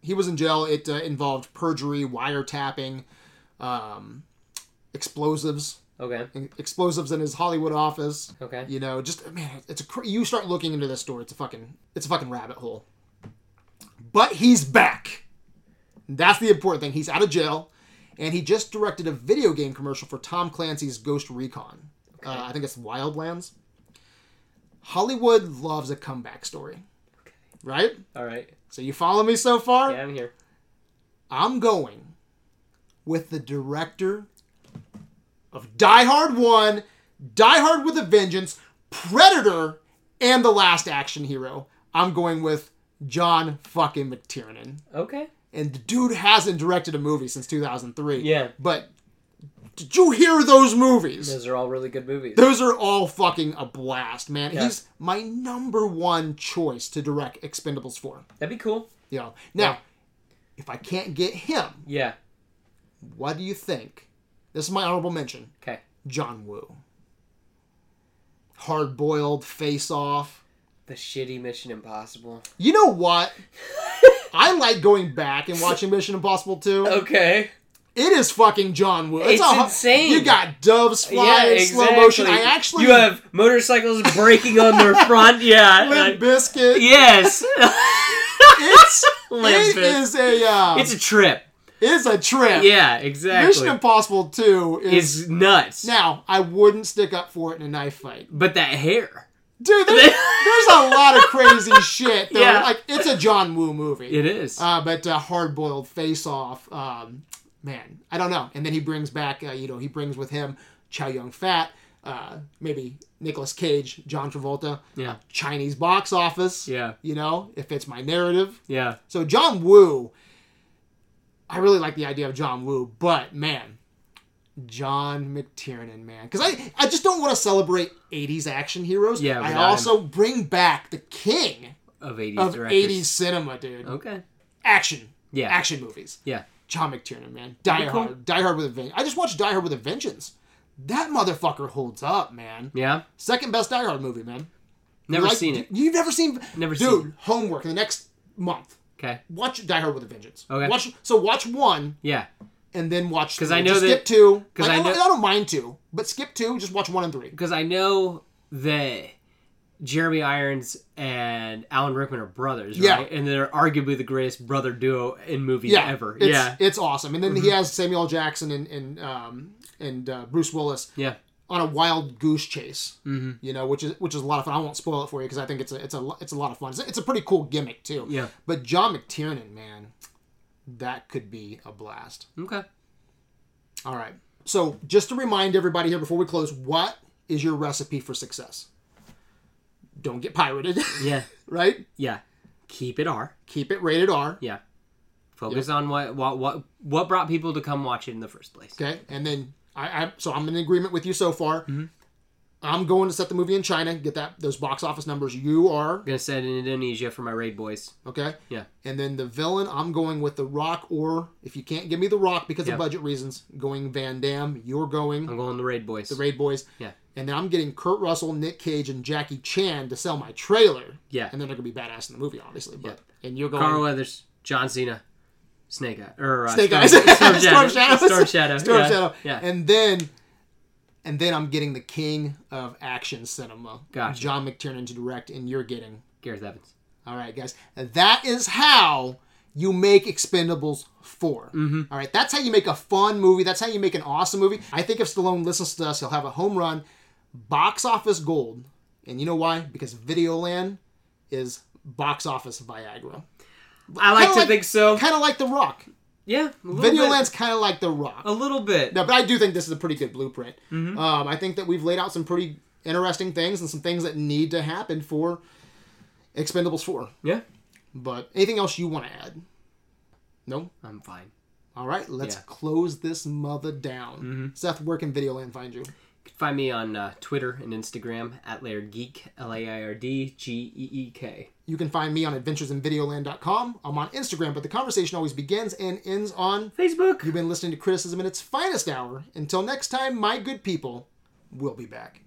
Speaker 1: he was in jail. It uh, involved perjury, wiretapping, um, explosives,
Speaker 2: Okay.
Speaker 1: explosives in his Hollywood office.
Speaker 2: Okay.
Speaker 1: You know, just man, it's a cra- you start looking into this story, it's a fucking it's a fucking rabbit hole. But he's back. That's the important thing. He's out of jail, and he just directed a video game commercial for Tom Clancy's Ghost Recon. Uh, I think it's Wildlands. Hollywood loves a comeback story, right?
Speaker 2: All right.
Speaker 1: So you follow me so far?
Speaker 2: Yeah, I'm here.
Speaker 1: I'm going with the director of Die Hard 1, Die Hard with a Vengeance, Predator, and The Last Action Hero. I'm going with John fucking McTiernan.
Speaker 2: Okay.
Speaker 1: And the dude hasn't directed a movie since 2003.
Speaker 2: Yeah.
Speaker 1: But did you hear those movies?
Speaker 2: Those are all really good movies.
Speaker 1: Those are all fucking a blast, man.
Speaker 2: Yeah.
Speaker 1: He's my number one choice to direct Expendables 4.
Speaker 2: That'd be cool.
Speaker 1: You know. Now, if I can't get him,
Speaker 2: Yeah.
Speaker 1: What do you think? This is my honorable mention.
Speaker 2: Okay.
Speaker 1: John Woo. Hard boiled, face off.
Speaker 2: The shitty Mission Impossible.
Speaker 1: You know what? I like going back and watching Mission Impossible 2.
Speaker 2: Okay.
Speaker 1: It is fucking John Woo. It's,
Speaker 2: Oh. It's
Speaker 1: all-
Speaker 2: insane.
Speaker 1: You got doves flying in slow motion. I actually
Speaker 2: You have motorcycles breaking on their front. Yeah.
Speaker 1: Limp
Speaker 2: like-
Speaker 1: Biscuit.
Speaker 2: yes.
Speaker 1: It's it
Speaker 2: Limp Bizkit.
Speaker 1: is a uh,
Speaker 2: it's a trip.
Speaker 1: it's a trip.
Speaker 2: Yeah. Exactly.
Speaker 1: Mission Impossible 2 is,
Speaker 2: is nuts.
Speaker 1: now I wouldn't stick up for it in a knife fight.
Speaker 2: but that hair.
Speaker 1: Dude, there, there's a lot of crazy shit. Though.
Speaker 2: Yeah.
Speaker 1: Like, it's a John Woo movie.
Speaker 2: It is.
Speaker 1: Uh, but uh, Hard Boiled Face Off, um, man, I don't know. And then he brings back, uh, you know, he brings with him Chow Yun Fat, uh, maybe Nicolas Cage, John Travolta,
Speaker 2: yeah.
Speaker 1: Chinese box office.
Speaker 2: Yeah.
Speaker 1: You know, it fits my narrative.
Speaker 2: Yeah.
Speaker 1: So John Woo, I really like the idea of John Woo, but man, John McTiernan, man, because I I just don't want to celebrate '80s action heroes.
Speaker 2: Yeah,
Speaker 1: I
Speaker 2: without
Speaker 1: also bring back the king
Speaker 2: Of eighties.
Speaker 1: of
Speaker 2: directors.
Speaker 1: '80s cinema, dude.
Speaker 2: Okay.
Speaker 1: Action,
Speaker 2: Yeah.
Speaker 1: action movies.
Speaker 2: Yeah.
Speaker 1: John McTiernan, man, Die
Speaker 2: Pretty cool.
Speaker 1: Hard, Die Hard with a Vengeance. I just watched Die Hard with a Vengeance. That motherfucker holds up, man.
Speaker 2: Yeah.
Speaker 1: Second best Die Hard movie, man.
Speaker 2: Never
Speaker 1: Like,
Speaker 2: seen it.
Speaker 1: You've never seen?
Speaker 2: Never
Speaker 1: dude,
Speaker 2: seen
Speaker 1: Dude, homework in the next month
Speaker 2: Okay.
Speaker 1: watch Die Hard with a Vengeance.
Speaker 2: Okay.
Speaker 1: Watch so watch one
Speaker 2: Yeah.
Speaker 1: and then watch because
Speaker 2: I know that-
Speaker 1: skip two
Speaker 2: 'cause
Speaker 1: because
Speaker 2: I
Speaker 1: I,
Speaker 2: know-
Speaker 1: don't, I don't mind two, but skip two. Just watch one and three.
Speaker 2: because I know that Jeremy Irons and Alan Rickman are brothers,
Speaker 1: Yeah.
Speaker 2: right? And they're arguably the greatest brother duo in movies
Speaker 1: Yeah,
Speaker 2: ever.
Speaker 1: It's,
Speaker 2: yeah, Mm-hmm.
Speaker 1: it's awesome. And then he has Samuel L. Jackson and and um, and uh, Bruce Willis
Speaker 2: yeah,
Speaker 1: on a wild goose chase. Mm-hmm. You know, which is which is a lot of fun. I won't spoil it for you because I think it's a it's a lo- it's a lot of fun. It's a, it's a pretty cool gimmick too.
Speaker 2: Yeah.
Speaker 1: But John McTiernan, man, that could be a blast.
Speaker 2: Okay.
Speaker 1: All right. So just to remind everybody here before we close, what is your recipe for success? Don't get pirated,
Speaker 2: Yeah.
Speaker 1: right?
Speaker 2: Yeah. Keep it R.
Speaker 1: Keep it rated R.
Speaker 2: Yeah. Focus on what, what what what brought people to come watch it in the first place.
Speaker 1: Okay, and then I, I so I'm in agreement with you so far.
Speaker 2: Mm-hmm.
Speaker 1: I'm going to set the movie in China, get that those box office numbers. You are
Speaker 2: gonna send in Indonesia for my raid boys.
Speaker 1: okay,
Speaker 2: Yeah.
Speaker 1: and then the villain. I'm going with The Rock, or if you can't give me The Rock because
Speaker 2: Yeah.
Speaker 1: of budget reasons, going Van Damme. You're going
Speaker 2: I'm going the raid boys.
Speaker 1: the Raid Boys.
Speaker 2: Yeah.
Speaker 1: And then I'm getting Kurt Russell, Nick Cage, and Jackie Chan to sell my trailer.
Speaker 2: Yeah.
Speaker 1: And then they're gonna be badass in the movie, obviously. But and you're going
Speaker 2: Carl Weathers, John Cena, Snake Eye, or uh,
Speaker 1: Snake
Speaker 2: Storm,
Speaker 1: Eyes.
Speaker 2: Storm Shadow, Storm
Speaker 1: Storm
Speaker 2: Shadow,
Speaker 1: Storm
Speaker 2: yeah.
Speaker 1: Shadow.
Speaker 2: Yeah.
Speaker 1: And then and then I'm getting the king of action cinema.
Speaker 2: Gotcha.
Speaker 1: John McTiernan to direct and you're getting.
Speaker 2: Gareth Evans.
Speaker 1: All right, guys. That is how you make Expendables 4.
Speaker 2: Mm-hmm.
Speaker 1: All right, that's how you make a fun movie. That's how you make an awesome movie. I think if Stallone listens to us, he'll have a home run, box office gold. And you know why? Because Videoland is box office Viagra.
Speaker 2: I like
Speaker 1: Kinda
Speaker 2: to
Speaker 1: like-
Speaker 2: think so.
Speaker 1: Kind of like The Rock.
Speaker 2: Yeah, a little bit.
Speaker 1: Videoland's kind of like The Rock.
Speaker 2: A Mm-hmm. little bit.
Speaker 1: No, but I do think this is a pretty good blueprint. Um, I think that we've laid out some pretty interesting things and some things that need to happen for Expendables 4.
Speaker 2: Yeah,
Speaker 1: But anything else you want to add? No?
Speaker 2: I'm fine.
Speaker 1: All right, let's
Speaker 2: Yeah. Mm-hmm.
Speaker 1: close this mother down. Seth, where can Videoland find you?
Speaker 2: You can find me on uh, Twitter and Instagram at Laird Geek L A I R D G E E K.
Speaker 1: You can find me on adventuresinvideoland.com. I'm on Instagram, but the conversation always begins and ends on.
Speaker 2: Facebook.
Speaker 1: You've been listening to Criticism in its finest hour. Until next time, my good people, we'll be back.